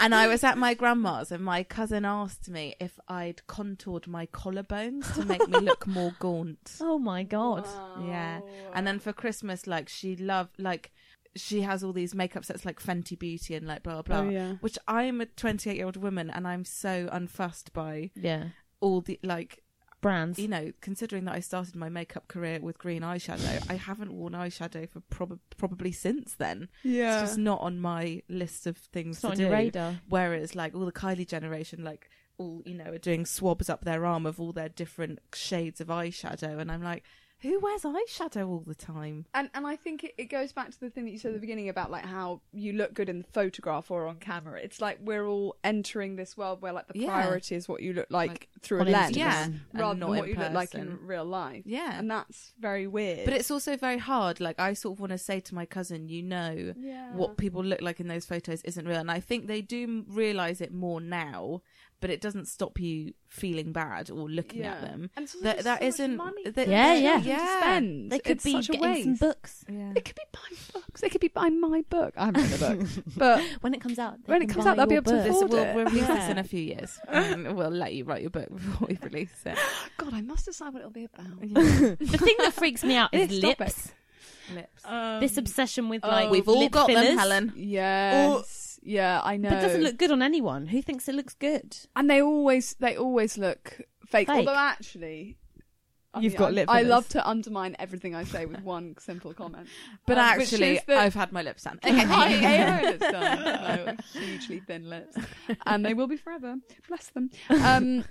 Speaker 1: and i was at my grandma's and my cousin asked me if i'd contoured my collarbones to make me look more gaunt
Speaker 4: oh my god.
Speaker 3: Oh.
Speaker 1: yeah. And then for Christmas, like she loved like she has all these makeup sets like Fenty Beauty and like blah blah blah.
Speaker 3: Oh, yeah.
Speaker 1: Which I'm a 28 year old woman and I'm so unfussed by
Speaker 4: Yeah.
Speaker 1: all the like
Speaker 4: Brands.
Speaker 1: you know considering that I started my makeup career with green eyeshadow, I haven't worn eyeshadow for prob- probably since then.
Speaker 3: yeah.
Speaker 1: It's just not on my list of things
Speaker 4: It's
Speaker 1: to
Speaker 4: not on
Speaker 1: do.
Speaker 4: your radar.
Speaker 1: Whereas like all the Kylie generation, like all you know, are doing swabs up their arm of all their different shades of eyeshadow, and I'm like, who wears eyeshadow all the time?
Speaker 3: And and I think it, it goes back to the thing that you said at the beginning about like how you look good in the photograph or on camera. It's like we're all entering this world where like the
Speaker 1: Yeah.
Speaker 3: priority is what you look like,
Speaker 1: Like,
Speaker 3: through a
Speaker 4: on Instagram.
Speaker 3: lens,
Speaker 1: Yeah, and
Speaker 3: rather than
Speaker 1: not
Speaker 3: what
Speaker 1: in
Speaker 3: you look like in
Speaker 1: person.
Speaker 3: real life.
Speaker 1: Yeah.
Speaker 3: and that's very weird.
Speaker 1: But it's also very hard. Like I sort of want to say to my cousin, you know,
Speaker 3: yeah.
Speaker 1: what people look like in those photos isn't real, and I think they do realize it more now. But it doesn't stop you feeling bad or looking at them.
Speaker 3: And it's also
Speaker 1: That
Speaker 3: just
Speaker 1: that
Speaker 3: so much
Speaker 1: isn't.
Speaker 3: money
Speaker 1: that-
Speaker 4: Yeah,
Speaker 1: that-
Speaker 4: yeah.
Speaker 3: for them To spend.
Speaker 4: They could
Speaker 3: it's
Speaker 4: be
Speaker 3: such a
Speaker 4: getting
Speaker 3: waste.
Speaker 4: some books
Speaker 1: yeah.
Speaker 3: It could be buying books. It could be buying my book. I haven't read a book, but
Speaker 4: when it comes out. they
Speaker 3: When it
Speaker 4: can
Speaker 3: comes
Speaker 4: buy
Speaker 3: out, they'll be
Speaker 4: your
Speaker 3: able to
Speaker 4: book.
Speaker 1: This,
Speaker 3: afford
Speaker 1: we'll
Speaker 3: it.
Speaker 1: we'll release this
Speaker 4: Yeah.
Speaker 1: in a few years. And we'll let you write your book before we release it.
Speaker 3: God, I must decide what it'll be about.
Speaker 4: the thing that freaks me out
Speaker 3: Yeah,
Speaker 4: is
Speaker 3: stop it.
Speaker 4: lips.
Speaker 1: lips.
Speaker 3: Um,
Speaker 2: this obsession with
Speaker 3: oh.
Speaker 2: like
Speaker 3: We've
Speaker 2: lip fillers.
Speaker 3: Yes. Yeah, I know.
Speaker 2: But it doesn't look good on anyone. Who thinks it looks good?
Speaker 3: and they always they always look fake.
Speaker 2: Fake.
Speaker 3: Although actually, I
Speaker 5: You've
Speaker 3: mean,
Speaker 5: got
Speaker 3: I,
Speaker 5: lip
Speaker 3: I
Speaker 5: fillers.
Speaker 3: love to undermine everything I say with one simple comment.
Speaker 1: But
Speaker 3: Um, which
Speaker 1: actually,
Speaker 3: is that-
Speaker 1: I've had my lips done.
Speaker 3: Okay, hi, Aaron. It's done. So, hugely thin lips, and they will be forever. Bless them. Um,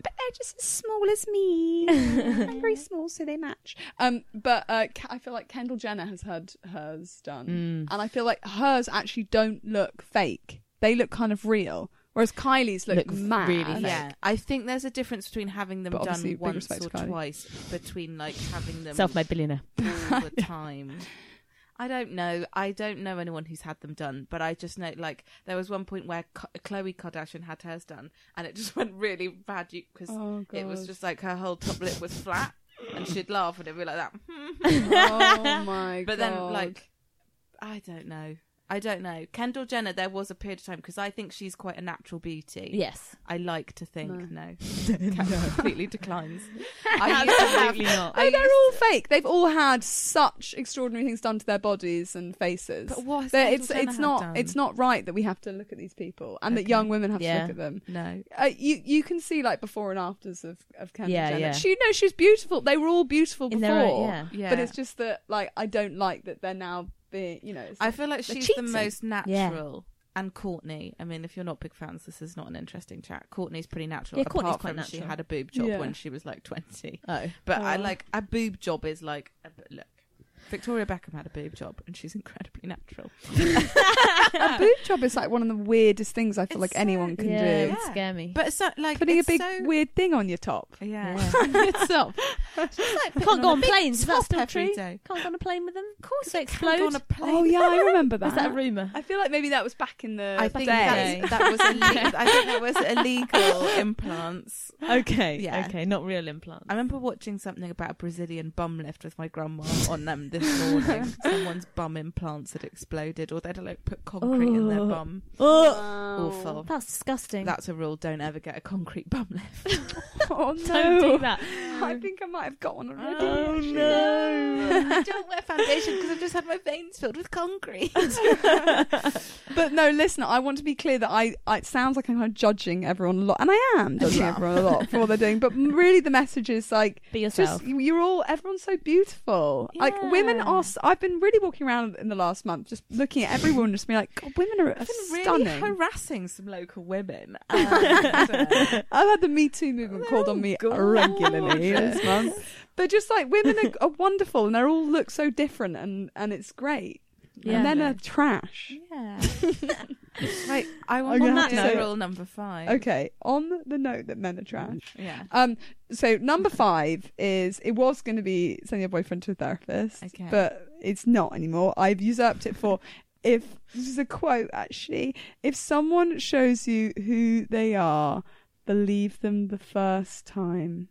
Speaker 3: but they're just as small as me. I'm very small, so they match. Um, but uh, Ke- I feel like Kendall Jenner has had hers done,
Speaker 1: Mm.
Speaker 3: and I feel like hers actually don't look fake. They look kind of real, whereas Kylie's look,
Speaker 4: Look
Speaker 3: mad.
Speaker 4: really fake.
Speaker 1: Yeah, I think there's a difference between having them
Speaker 3: But obviously,
Speaker 1: done
Speaker 3: big
Speaker 1: once
Speaker 3: respect
Speaker 1: or
Speaker 3: to Kylie.
Speaker 1: twice between like having them
Speaker 4: Self made billionaire.
Speaker 1: all the time. I don't know. I don't know anyone who's had them done, but I just know like there was one point where Chloe Kardashian had hers done, and it just went really bad because
Speaker 3: Oh,
Speaker 1: it was
Speaker 3: God.
Speaker 1: just like her whole top lip was flat, and she'd laugh and it'd be like that.
Speaker 3: oh my
Speaker 1: but
Speaker 3: god!
Speaker 1: then like I don't know. I don't know. Kendall Jenner, there was a period of time because I think she's quite a natural beauty.
Speaker 2: Yes.
Speaker 1: I like to think
Speaker 3: No.
Speaker 1: no, completely declines. I used to have,
Speaker 2: not.
Speaker 1: I
Speaker 3: they're
Speaker 1: used-
Speaker 3: all fake. They've all had such extraordinary things done to their bodies and faces.
Speaker 1: But what has
Speaker 3: That
Speaker 1: Kendall
Speaker 3: it's
Speaker 1: Jenner
Speaker 3: it's
Speaker 1: had
Speaker 3: not
Speaker 1: done?
Speaker 3: it's not right that we have to look at these people and that
Speaker 1: Okay.
Speaker 3: young women have to
Speaker 2: Yeah.
Speaker 3: look at them.
Speaker 1: no.
Speaker 3: Uh, you you can see like before and afters of of Kendall
Speaker 2: Yeah,
Speaker 3: Jenner.
Speaker 2: yeah.
Speaker 3: She no, she was beautiful. They were all beautiful
Speaker 2: In
Speaker 3: before.
Speaker 2: their own, yeah.
Speaker 1: Yeah,
Speaker 3: But it's just that like I don't like that they're now being you know. It's
Speaker 1: I
Speaker 3: like-
Speaker 1: feel like
Speaker 3: they're
Speaker 1: she's the
Speaker 3: cheating.
Speaker 1: most natural. And Courtney, I mean, if you're not big fans, this is not an interesting chat. Courtney's pretty natural.
Speaker 2: Yeah, Courtney's
Speaker 1: apart
Speaker 2: quite
Speaker 1: from she
Speaker 2: natural.
Speaker 1: had a boob job
Speaker 3: Yeah.
Speaker 1: when she was like 20.
Speaker 2: Oh.
Speaker 1: But I
Speaker 3: Oh.
Speaker 1: like a boob job is like a b- look. Victoria Beckham had a boob job, and she's incredibly natural.
Speaker 3: a boob job is like one of the weirdest things I feel
Speaker 1: It's
Speaker 3: like
Speaker 1: so-
Speaker 3: anyone can
Speaker 2: yeah,
Speaker 3: do.
Speaker 2: it would
Speaker 1: Yeah.
Speaker 2: scare me.
Speaker 1: But it's so, like
Speaker 3: Putting a
Speaker 1: it's
Speaker 3: big
Speaker 1: so-
Speaker 3: weird thing on your top.
Speaker 1: yeah.
Speaker 2: Yeah.
Speaker 1: it's so-
Speaker 2: can't go on planes. Is that
Speaker 1: top
Speaker 2: still
Speaker 1: every
Speaker 2: true?
Speaker 1: day.
Speaker 2: Can't go on a plane with them. Of course, they
Speaker 1: Can't go
Speaker 2: explode.
Speaker 1: on a plane.
Speaker 3: Oh yeah, I remember that.
Speaker 2: Is that a rumor?
Speaker 3: I feel like maybe that was back in the
Speaker 1: I think
Speaker 3: day.
Speaker 1: that's- that was ille- I think that was illegal implants.
Speaker 2: Okay.
Speaker 1: Yeah.
Speaker 2: Okay. Not real implants.
Speaker 1: I remember watching something about a Brazilian bum lift with my grandma on them this morning. Someone's bum implants had exploded, or they'd like put concrete in their
Speaker 2: Oh.
Speaker 1: bum.
Speaker 2: Oh,
Speaker 1: Awful.
Speaker 2: that's disgusting.
Speaker 1: That's a rule. Don't ever get a concrete bum lift.
Speaker 3: Oh
Speaker 2: Don't do
Speaker 3: no!
Speaker 2: that.
Speaker 3: I think I might have got one already.
Speaker 1: Oh,
Speaker 3: actually.
Speaker 1: I don't wear foundation because I've just had my veins filled with concrete.
Speaker 3: But no, listen. I want to be clear that I, I it sounds like I'm kind of judging everyone a lot, and I am judging everyone a lot for what they're doing. But m- really, the message is like,
Speaker 2: Be yourself.
Speaker 3: just you- you're all everyone's so beautiful. Like women are. s- I've been really walking around in the last month, just looking at everyone, just being like, God, women are, are
Speaker 1: really
Speaker 3: stunning.
Speaker 1: harassing some local women. Um, And, uh,
Speaker 3: I've had the Me Too movement called
Speaker 1: Oh,
Speaker 3: on me regularly this month. But just like women are, are wonderful and they all look so different and, and it's great.
Speaker 2: Yeah.
Speaker 3: And men are trash.
Speaker 1: yeah. Wait, I
Speaker 3: I'm
Speaker 1: want
Speaker 3: gonna
Speaker 1: on that
Speaker 3: have to
Speaker 1: note,
Speaker 3: say-
Speaker 1: rule number five.
Speaker 3: Oh, Okay, on the note that men are trash.
Speaker 1: Yeah.
Speaker 3: Um, so number five is it was going to be sending your boyfriend to a therapist,
Speaker 1: Okay.
Speaker 3: but it's not anymore. I've usurped it for if this is a quote actually. If someone shows you who they are, believe them the first time.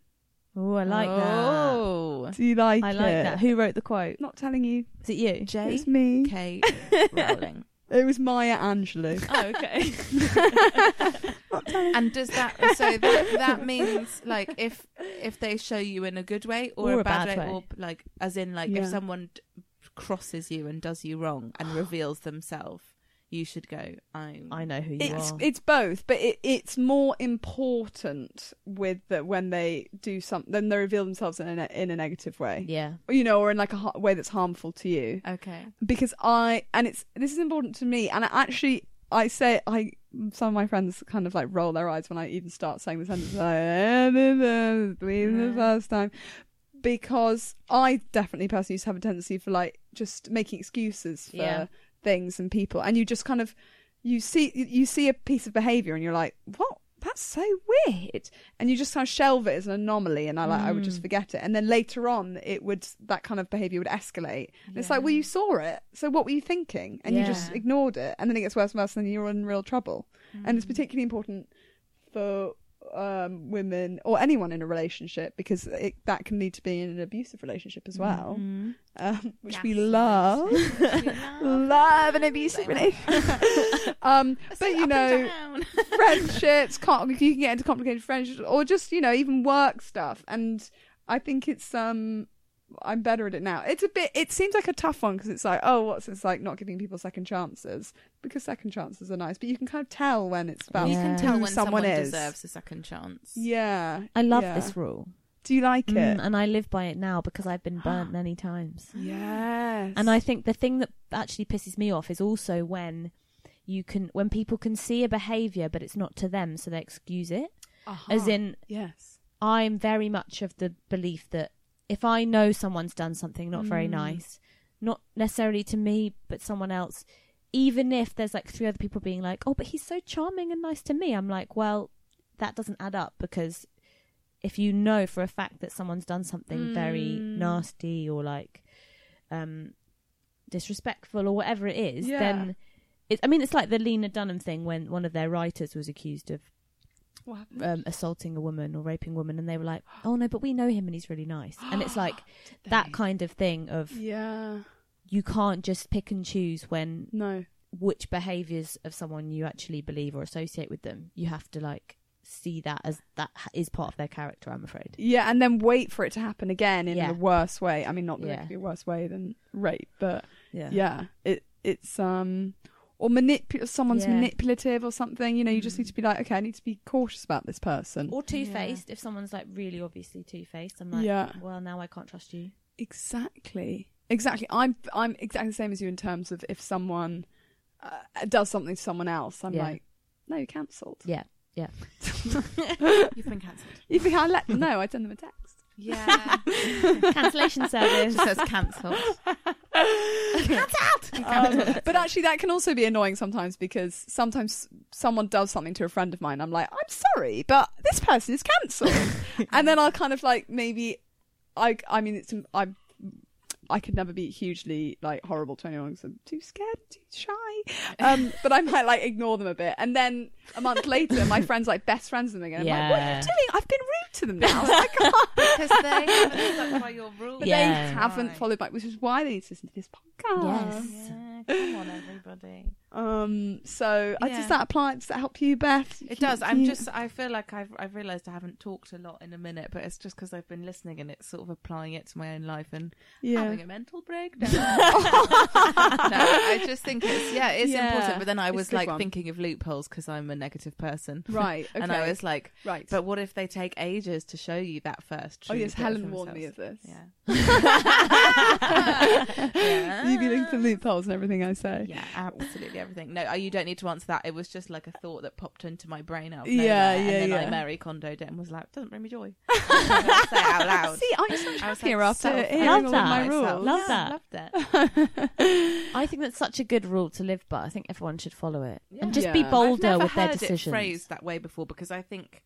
Speaker 2: Oh, I like
Speaker 1: oh.
Speaker 3: Do you like
Speaker 2: that. I
Speaker 3: it?
Speaker 2: like that. Who wrote the quote?
Speaker 3: Not telling you.
Speaker 2: Is it you?
Speaker 1: J.
Speaker 3: It's me.
Speaker 1: K. Rowling.
Speaker 3: It was Maya Angelou.
Speaker 2: Oh, okay.
Speaker 1: And does that so that that means like if if they show you in a good way or, a, bad, way, or like as in like
Speaker 3: Yeah.
Speaker 1: if someone d- crosses you and does you wrong and reveals themselves, you should go. I'm.
Speaker 2: I know who you
Speaker 3: It's
Speaker 2: are.
Speaker 3: it's both, but it, it's more important with the, when they do something, then they reveal themselves in a ne- in a negative way,
Speaker 2: yeah.
Speaker 3: you know, or in like a ha- way that's harmful to you.
Speaker 1: Okay.
Speaker 3: Because I and it's this is important to me, and I actually I say I some of my friends kind of like roll their eyes when I even start saying the sentence like "Eh, eh, eh, believe the first time because I definitely personally used to have a tendency for like just making excuses for
Speaker 2: Yeah.
Speaker 3: things and people, and you just kind of you see you- you see a piece of behavior and you're like what. That's so weird, and you just kind of shelve it as an anomaly, and I like I would just forget it, and then later on it would that kind of behavior would escalate. And It's like well you saw it, so what were you thinking? And you just
Speaker 2: Yeah.
Speaker 3: ignored it, and then it gets worse and worse, and then you're in real trouble. And it's particularly important for um, women or anyone in a relationship because it, that can lead to being in an abusive relationship as well,
Speaker 1: Mm-hmm.
Speaker 3: um, which we love. love an abusive relationship. um, but you know, friendships, com- you can get into complicated friendships or just you know even work stuff. And I think it's um I'm better at it now. It's a bit. It seems like a tough one because it's like, oh, what's it's like not giving people second chances because second chances are nice, but you can kind of tell when it's about
Speaker 4: You
Speaker 1: You
Speaker 4: can
Speaker 1: can
Speaker 3: who
Speaker 1: tell when
Speaker 3: someone,
Speaker 1: someone,
Speaker 3: is.
Speaker 1: deserves a second chance.
Speaker 3: Yeah,
Speaker 2: I love
Speaker 3: yeah.
Speaker 2: this rule,
Speaker 3: Do you like
Speaker 2: Mm,
Speaker 3: it?
Speaker 2: and I live by it now because I've been burnt many times.
Speaker 1: Mm.
Speaker 3: Yes.
Speaker 2: And I think the thing that actually pisses me off is also when you can when people can see a behavior but it's not to them so they excuse it
Speaker 1: Uh-huh.
Speaker 2: as in
Speaker 3: yes.
Speaker 2: I'm very much of the belief that if I know someone's done something not very nice, not necessarily to me, but someone else, even if there's like three other people being like, oh, but he's so charming and nice to me, I'm like, well, that doesn't add up because if you know for a fact that someone's done something very nasty or like um, disrespectful or whatever it is,
Speaker 3: Yeah.
Speaker 2: then it, I mean, it's like the Lena Dunham thing when one of their writers was accused of
Speaker 3: What happened?
Speaker 2: um, assaulting a woman or raping a woman, and they were like, "Oh no, but we know him and he's really nice." And it's like that kind of thing of
Speaker 3: Yeah.
Speaker 2: you can't just pick and choose when
Speaker 3: No.
Speaker 2: which behaviors of someone you actually believe or associate with them. You have to like see that as that ha- is part of their character. I'm afraid.
Speaker 3: Yeah, and then wait for it to happen again in
Speaker 2: Yeah.
Speaker 3: the worst way. I mean, not that it
Speaker 2: Yeah.
Speaker 3: could be a worse way than rape, but
Speaker 2: Yeah.
Speaker 3: yeah, it it's um or manip someone's
Speaker 2: Yeah. Mm.
Speaker 3: manipulative or something. You know, you just need to be like, okay, I need to be cautious about this person.
Speaker 2: Or two faced. If someone's like really obviously two faced, I'm like,
Speaker 3: Yeah.
Speaker 2: well, now I can't trust you.
Speaker 3: Exactly. Exactly. I'm I'm exactly the same as you in terms of if someone uh, does something to someone else, I'm
Speaker 2: Yeah.
Speaker 3: like, no, you're cancelled.
Speaker 2: Yeah. Yeah.
Speaker 1: You've been cancelled.
Speaker 3: You think I let them know? I send them a text.
Speaker 1: Yeah.
Speaker 2: Cancellation service.
Speaker 1: just says cancelled.
Speaker 3: Um, but actually, that can also be annoying sometimes because sometimes someone does something to a friend of mine. I'm like, I'm sorry, but this person is cancelled. and then I'll kind of like maybe, I I mean, it's I I could never be hugely like horrible to anyone because I'm too scared, too shy. Um, but I might like ignore them a bit, and then a month later, my friend's like best friends with them again. I'm like, what are
Speaker 2: Yeah.
Speaker 3: you doing? I've been rude to them now. I can't.
Speaker 1: Because they haven't stuck by your rules.
Speaker 3: But
Speaker 2: Yeah.
Speaker 3: they haven't followed back, which is why they need to listen to this podcast.
Speaker 2: Yes.
Speaker 1: Yeah, come on, everybody.
Speaker 3: Um. So uh,
Speaker 1: Yeah.
Speaker 3: does that apply? Does that help you, Beth?
Speaker 1: It does. I'm
Speaker 3: You-
Speaker 1: just. I feel like I've. I've realised I haven't talked a lot in a minute, but it's just because I've been listening and it's sort of applying it to my own life and having a mental breakdown. no, I just think it's yeah, it's
Speaker 3: Yeah.
Speaker 1: important. But then I
Speaker 3: It's a
Speaker 1: was
Speaker 3: good
Speaker 1: like
Speaker 3: one.
Speaker 1: thinking of loopholes because I'm a negative person,
Speaker 3: right. Okay.
Speaker 1: and I was like,
Speaker 3: right.
Speaker 1: but what if they take ages to show you that first?
Speaker 3: oh
Speaker 1: true
Speaker 3: yes,
Speaker 1: bit
Speaker 3: Helen
Speaker 1: of
Speaker 3: warned me of
Speaker 1: themselves?
Speaker 3: this.
Speaker 1: Yeah. yeah. Ah.
Speaker 3: You'd be looking for loopholes and everything I say.
Speaker 1: Yeah, absolutely everything. No, uh, you don't need to answer that. It was just like a thought that popped into my brain out of nowhere,
Speaker 3: Yeah,
Speaker 1: and
Speaker 3: yeah,
Speaker 1: then
Speaker 3: yeah.
Speaker 1: I Mary condoed it and was like, "Doesn't bring me joy." I was gonna say it out loud.
Speaker 3: See, I'm so much
Speaker 1: I was
Speaker 3: happier
Speaker 1: like,
Speaker 3: after
Speaker 1: self-
Speaker 3: hearing
Speaker 2: Love
Speaker 3: all of my
Speaker 2: that.
Speaker 3: rules.
Speaker 2: Love
Speaker 1: Yeah,
Speaker 2: that.
Speaker 1: Loved it.
Speaker 2: I think that's such a good rule to live by. I think everyone should follow it and just be
Speaker 3: Yeah. I've
Speaker 2: bolder
Speaker 1: I've never
Speaker 2: with their
Speaker 1: heard
Speaker 2: decisions.
Speaker 1: It phrased that way before because I think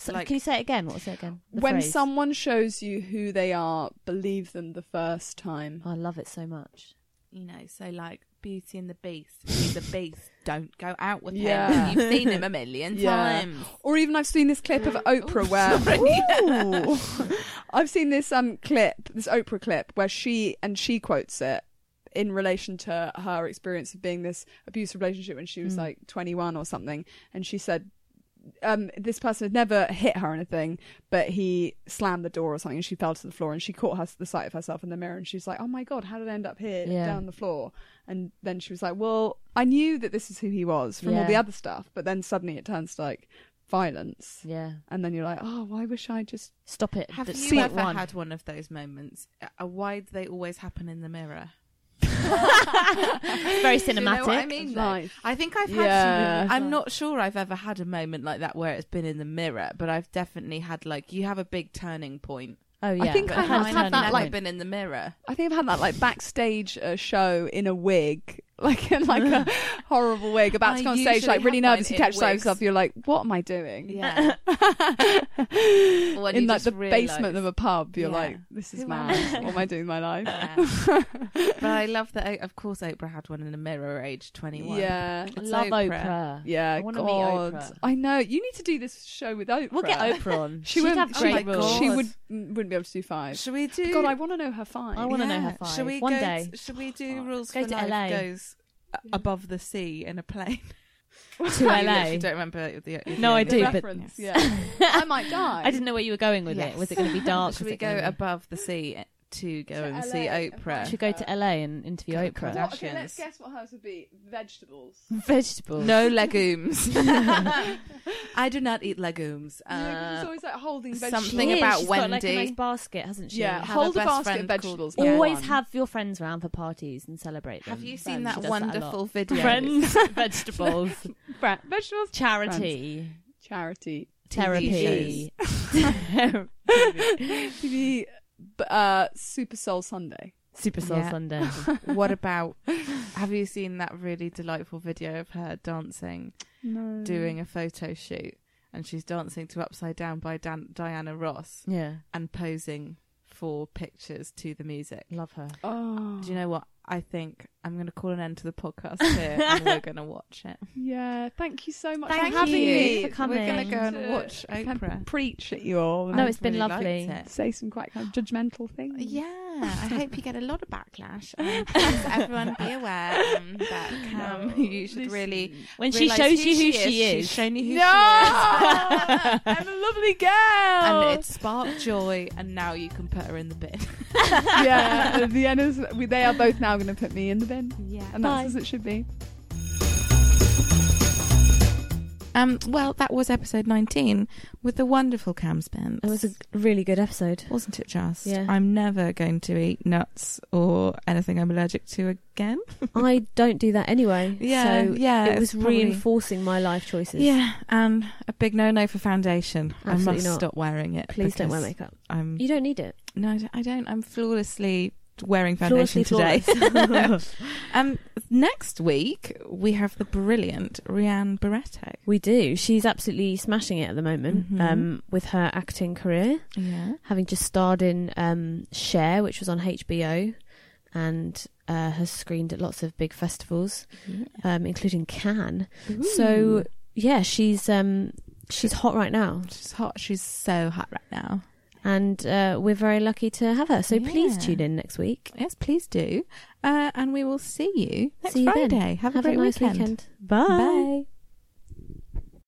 Speaker 2: So,
Speaker 1: Like-
Speaker 2: can you say it again? What was it again? The
Speaker 3: When
Speaker 2: phrase.
Speaker 3: someone shows you who they are, believe them the first time.
Speaker 2: I love it so much.
Speaker 1: you know, so like Beauty and the Beast, he's a beast. Don't go out with
Speaker 3: Yeah.
Speaker 1: him. You've seen him a million
Speaker 3: Yeah.
Speaker 1: times.
Speaker 3: Or even I've seen this clip of
Speaker 2: Mm.
Speaker 3: Oprah where Ooh. I've seen this um clip, this Oprah clip where she and she quotes it in relation to her experience of being this abusive relationship when she was
Speaker 2: Mm.
Speaker 3: like 21 or something and she said um, this person had never hit her or anything, but he slammed the door or something, and she fell to the floor. And she caught her the sight of herself in the mirror, and she's like, "Oh my god, how did I end up here,
Speaker 2: Yeah.
Speaker 3: down the floor?" And then she was like, "Well, I knew that this is who he was from all the
Speaker 2: Yeah.
Speaker 3: other stuff, but then suddenly it turns to like violence,
Speaker 2: Yeah.
Speaker 3: and then you're like, oh, why wish I just
Speaker 2: Stop it.
Speaker 1: Have
Speaker 2: Th-
Speaker 1: you
Speaker 2: seat
Speaker 1: ever
Speaker 2: one.
Speaker 1: had one of those moments? Uh, Why do they always happen in the mirror?
Speaker 2: Very
Speaker 1: Do you know what I
Speaker 2: cinematic.
Speaker 1: mean? though?
Speaker 3: life?
Speaker 1: I think I've had.
Speaker 3: Yeah.
Speaker 1: Some, I'm not sure I've ever had a moment like that where it's been in the mirror, but I've definitely had like you have a big turning point.
Speaker 2: Oh yeah.
Speaker 3: think I
Speaker 2: A
Speaker 3: have
Speaker 2: turning
Speaker 3: had that,
Speaker 1: I've
Speaker 2: point.
Speaker 1: like been in the mirror.
Speaker 3: I think I've had that like backstage uh, show in a wig, like in like a horrible wig, about to
Speaker 1: I
Speaker 3: go on stage,
Speaker 1: usually
Speaker 3: like really
Speaker 1: have mine
Speaker 3: nervous. You
Speaker 1: in
Speaker 3: catch sight of
Speaker 1: wigs.
Speaker 3: yourself, you're like, what am I doing?
Speaker 1: Yeah. When
Speaker 3: in
Speaker 1: you
Speaker 3: like
Speaker 1: just
Speaker 3: the
Speaker 1: realise-
Speaker 3: basement of a pub, you're
Speaker 1: Yeah.
Speaker 3: like, this is
Speaker 1: Who am
Speaker 3: mad.
Speaker 1: I?
Speaker 3: What am I doing with my life?
Speaker 1: Yeah. but I love that. Of course, Oprah had one in the mirror, age 21.
Speaker 3: Yeah.
Speaker 2: I
Speaker 1: It's
Speaker 2: love
Speaker 1: Oprah.
Speaker 2: Oprah.
Speaker 3: Yeah,
Speaker 2: I wanna meet
Speaker 3: God.
Speaker 2: Oprah.
Speaker 3: I know. You need to do this show with Oprah.
Speaker 2: We'll get Oprah on.
Speaker 3: She
Speaker 2: She'd
Speaker 3: would
Speaker 2: have
Speaker 3: she
Speaker 2: great
Speaker 1: would-
Speaker 2: rules.
Speaker 3: She would mm, wouldn't be able to do five.
Speaker 1: Should we do?
Speaker 3: God, I want to know her five.
Speaker 2: I wanna know her five.
Speaker 1: Should we
Speaker 2: One
Speaker 1: go,
Speaker 2: day.
Speaker 1: Should we do rules
Speaker 2: Go
Speaker 1: for
Speaker 2: to
Speaker 1: life
Speaker 2: LA.
Speaker 1: goes uh, above the sea in a plane?
Speaker 2: to
Speaker 1: I literally
Speaker 2: LA.
Speaker 1: don't remember. The, the
Speaker 2: No, I
Speaker 1: end
Speaker 2: do,
Speaker 1: of it.
Speaker 2: but-
Speaker 3: yeah. I might die.
Speaker 2: I didn't know where you were going with
Speaker 1: Yes.
Speaker 2: it. Was it going to be dark?
Speaker 1: Should
Speaker 2: Was
Speaker 1: we
Speaker 2: it
Speaker 1: go
Speaker 2: gonna be-
Speaker 1: above the sea uh, to go
Speaker 3: To
Speaker 1: and see
Speaker 3: LA and
Speaker 1: Oprah.
Speaker 2: Should go to LA and interview
Speaker 1: Kim
Speaker 2: Oprah.
Speaker 1: Kardashian.
Speaker 3: What, okay, let's
Speaker 1: Kardashians.
Speaker 3: guess what hers would be. Vegetables.
Speaker 2: Vegetables.
Speaker 1: No legumes. I do not eat legumes.
Speaker 3: You know, 'cause
Speaker 1: Uh,
Speaker 3: it's always like holding vegetables.
Speaker 1: something Thing about
Speaker 2: she's Got, like, a
Speaker 1: Wendy.
Speaker 2: nice basket, hasn't she?
Speaker 3: Yeah,
Speaker 1: have
Speaker 3: hold
Speaker 1: a
Speaker 3: a
Speaker 1: best
Speaker 3: basket of
Speaker 1: friend called-
Speaker 3: vegetables.
Speaker 1: Yeah.
Speaker 2: Always
Speaker 1: One.
Speaker 2: have your friends round for parties and celebrate them.
Speaker 1: have you seen
Speaker 3: Friends.
Speaker 1: that
Speaker 2: She does a lot.
Speaker 1: wonderful video?
Speaker 2: Friends, vegetables,
Speaker 3: Fra- vegetables.
Speaker 2: charity,
Speaker 3: Charity.
Speaker 2: therapy.
Speaker 3: TV. b- Uh, Super Soul Sunday.
Speaker 2: Super Soul
Speaker 1: Yeah.
Speaker 2: Sunday.
Speaker 1: what about? Have you seen that really delightful video of her dancing,
Speaker 2: Mm.
Speaker 3: No.
Speaker 1: doing a photo shoot, and she's dancing to "Upside Down" by Dan- Diana Ross
Speaker 2: Yeah,
Speaker 1: and posing for pictures to the music?
Speaker 2: love her.
Speaker 3: Oh.
Speaker 1: Do you know what? I think I'm going to call an end to the podcast here, and we're going to watch it.
Speaker 3: Yeah. Thank you so much
Speaker 2: Thank
Speaker 3: for having
Speaker 2: you
Speaker 3: me.
Speaker 2: for coming.
Speaker 1: We're going to go and
Speaker 3: To-
Speaker 1: watch
Speaker 3: Can
Speaker 1: Oprah.
Speaker 3: preach at you all.
Speaker 2: No,
Speaker 1: I've
Speaker 2: it's been
Speaker 1: really liked
Speaker 2: lovely.
Speaker 1: it.
Speaker 3: say some quite kind of judgmental things.
Speaker 1: Yeah, I hope you get a lot of backlash. Um, please, everyone be aware um, that Cam, you should really
Speaker 2: When she
Speaker 1: realise
Speaker 2: shows you who she
Speaker 1: She's
Speaker 2: is,
Speaker 1: shown you who
Speaker 3: No,
Speaker 1: she is.
Speaker 3: I'm a lovely girl.
Speaker 1: And it sparked joy, and now you can put her in the bin.
Speaker 3: yeah, the end is, we, they are both now going to put me in the bin,
Speaker 1: Yeah.
Speaker 3: and that's
Speaker 2: Bye.
Speaker 3: as it should be.
Speaker 1: Um. Well, that was episode 19 with the wonderful Cam Spence.
Speaker 2: it was a really good episode.
Speaker 1: Wasn't it just?
Speaker 2: Yeah.
Speaker 1: I'm never going to eat nuts or anything I'm allergic to again.
Speaker 2: I don't do that anyway.
Speaker 1: Yeah,
Speaker 2: so
Speaker 1: yeah,
Speaker 2: It
Speaker 1: it's
Speaker 2: was
Speaker 1: probably-
Speaker 2: reinforcing my life choices.
Speaker 1: Yeah, and a big no-no for foundation. I
Speaker 2: Absolutely
Speaker 1: must
Speaker 2: not.
Speaker 1: stop wearing it.
Speaker 2: Please don't wear
Speaker 1: because
Speaker 2: makeup.
Speaker 1: I'm
Speaker 2: You don't need it.
Speaker 1: No, I don't- I don't. I'm flawlessly wearing
Speaker 2: Flawlessly
Speaker 1: foundation today. um, next week we have the brilliant Rianne Barretto.
Speaker 2: We do. She's absolutely smashing it at the moment
Speaker 1: Mhm.
Speaker 2: um, with her acting career,
Speaker 1: Yeah,
Speaker 2: having just starred in um, Share, which was on HBO, and uh, has screened at lots of big festivals, um, including Cannes. So yeah, she's um, she's hot right now,
Speaker 1: she's hot. She's so hot right now.
Speaker 2: and uh, we're very lucky to have her. So please
Speaker 1: Yeah.
Speaker 2: tune in next week.
Speaker 1: Yes, please do. Uh, and we will see you next
Speaker 2: See you
Speaker 1: Friday.
Speaker 2: then.
Speaker 1: Have, a great
Speaker 2: nice
Speaker 1: weekend.
Speaker 2: Bye.
Speaker 1: Bye.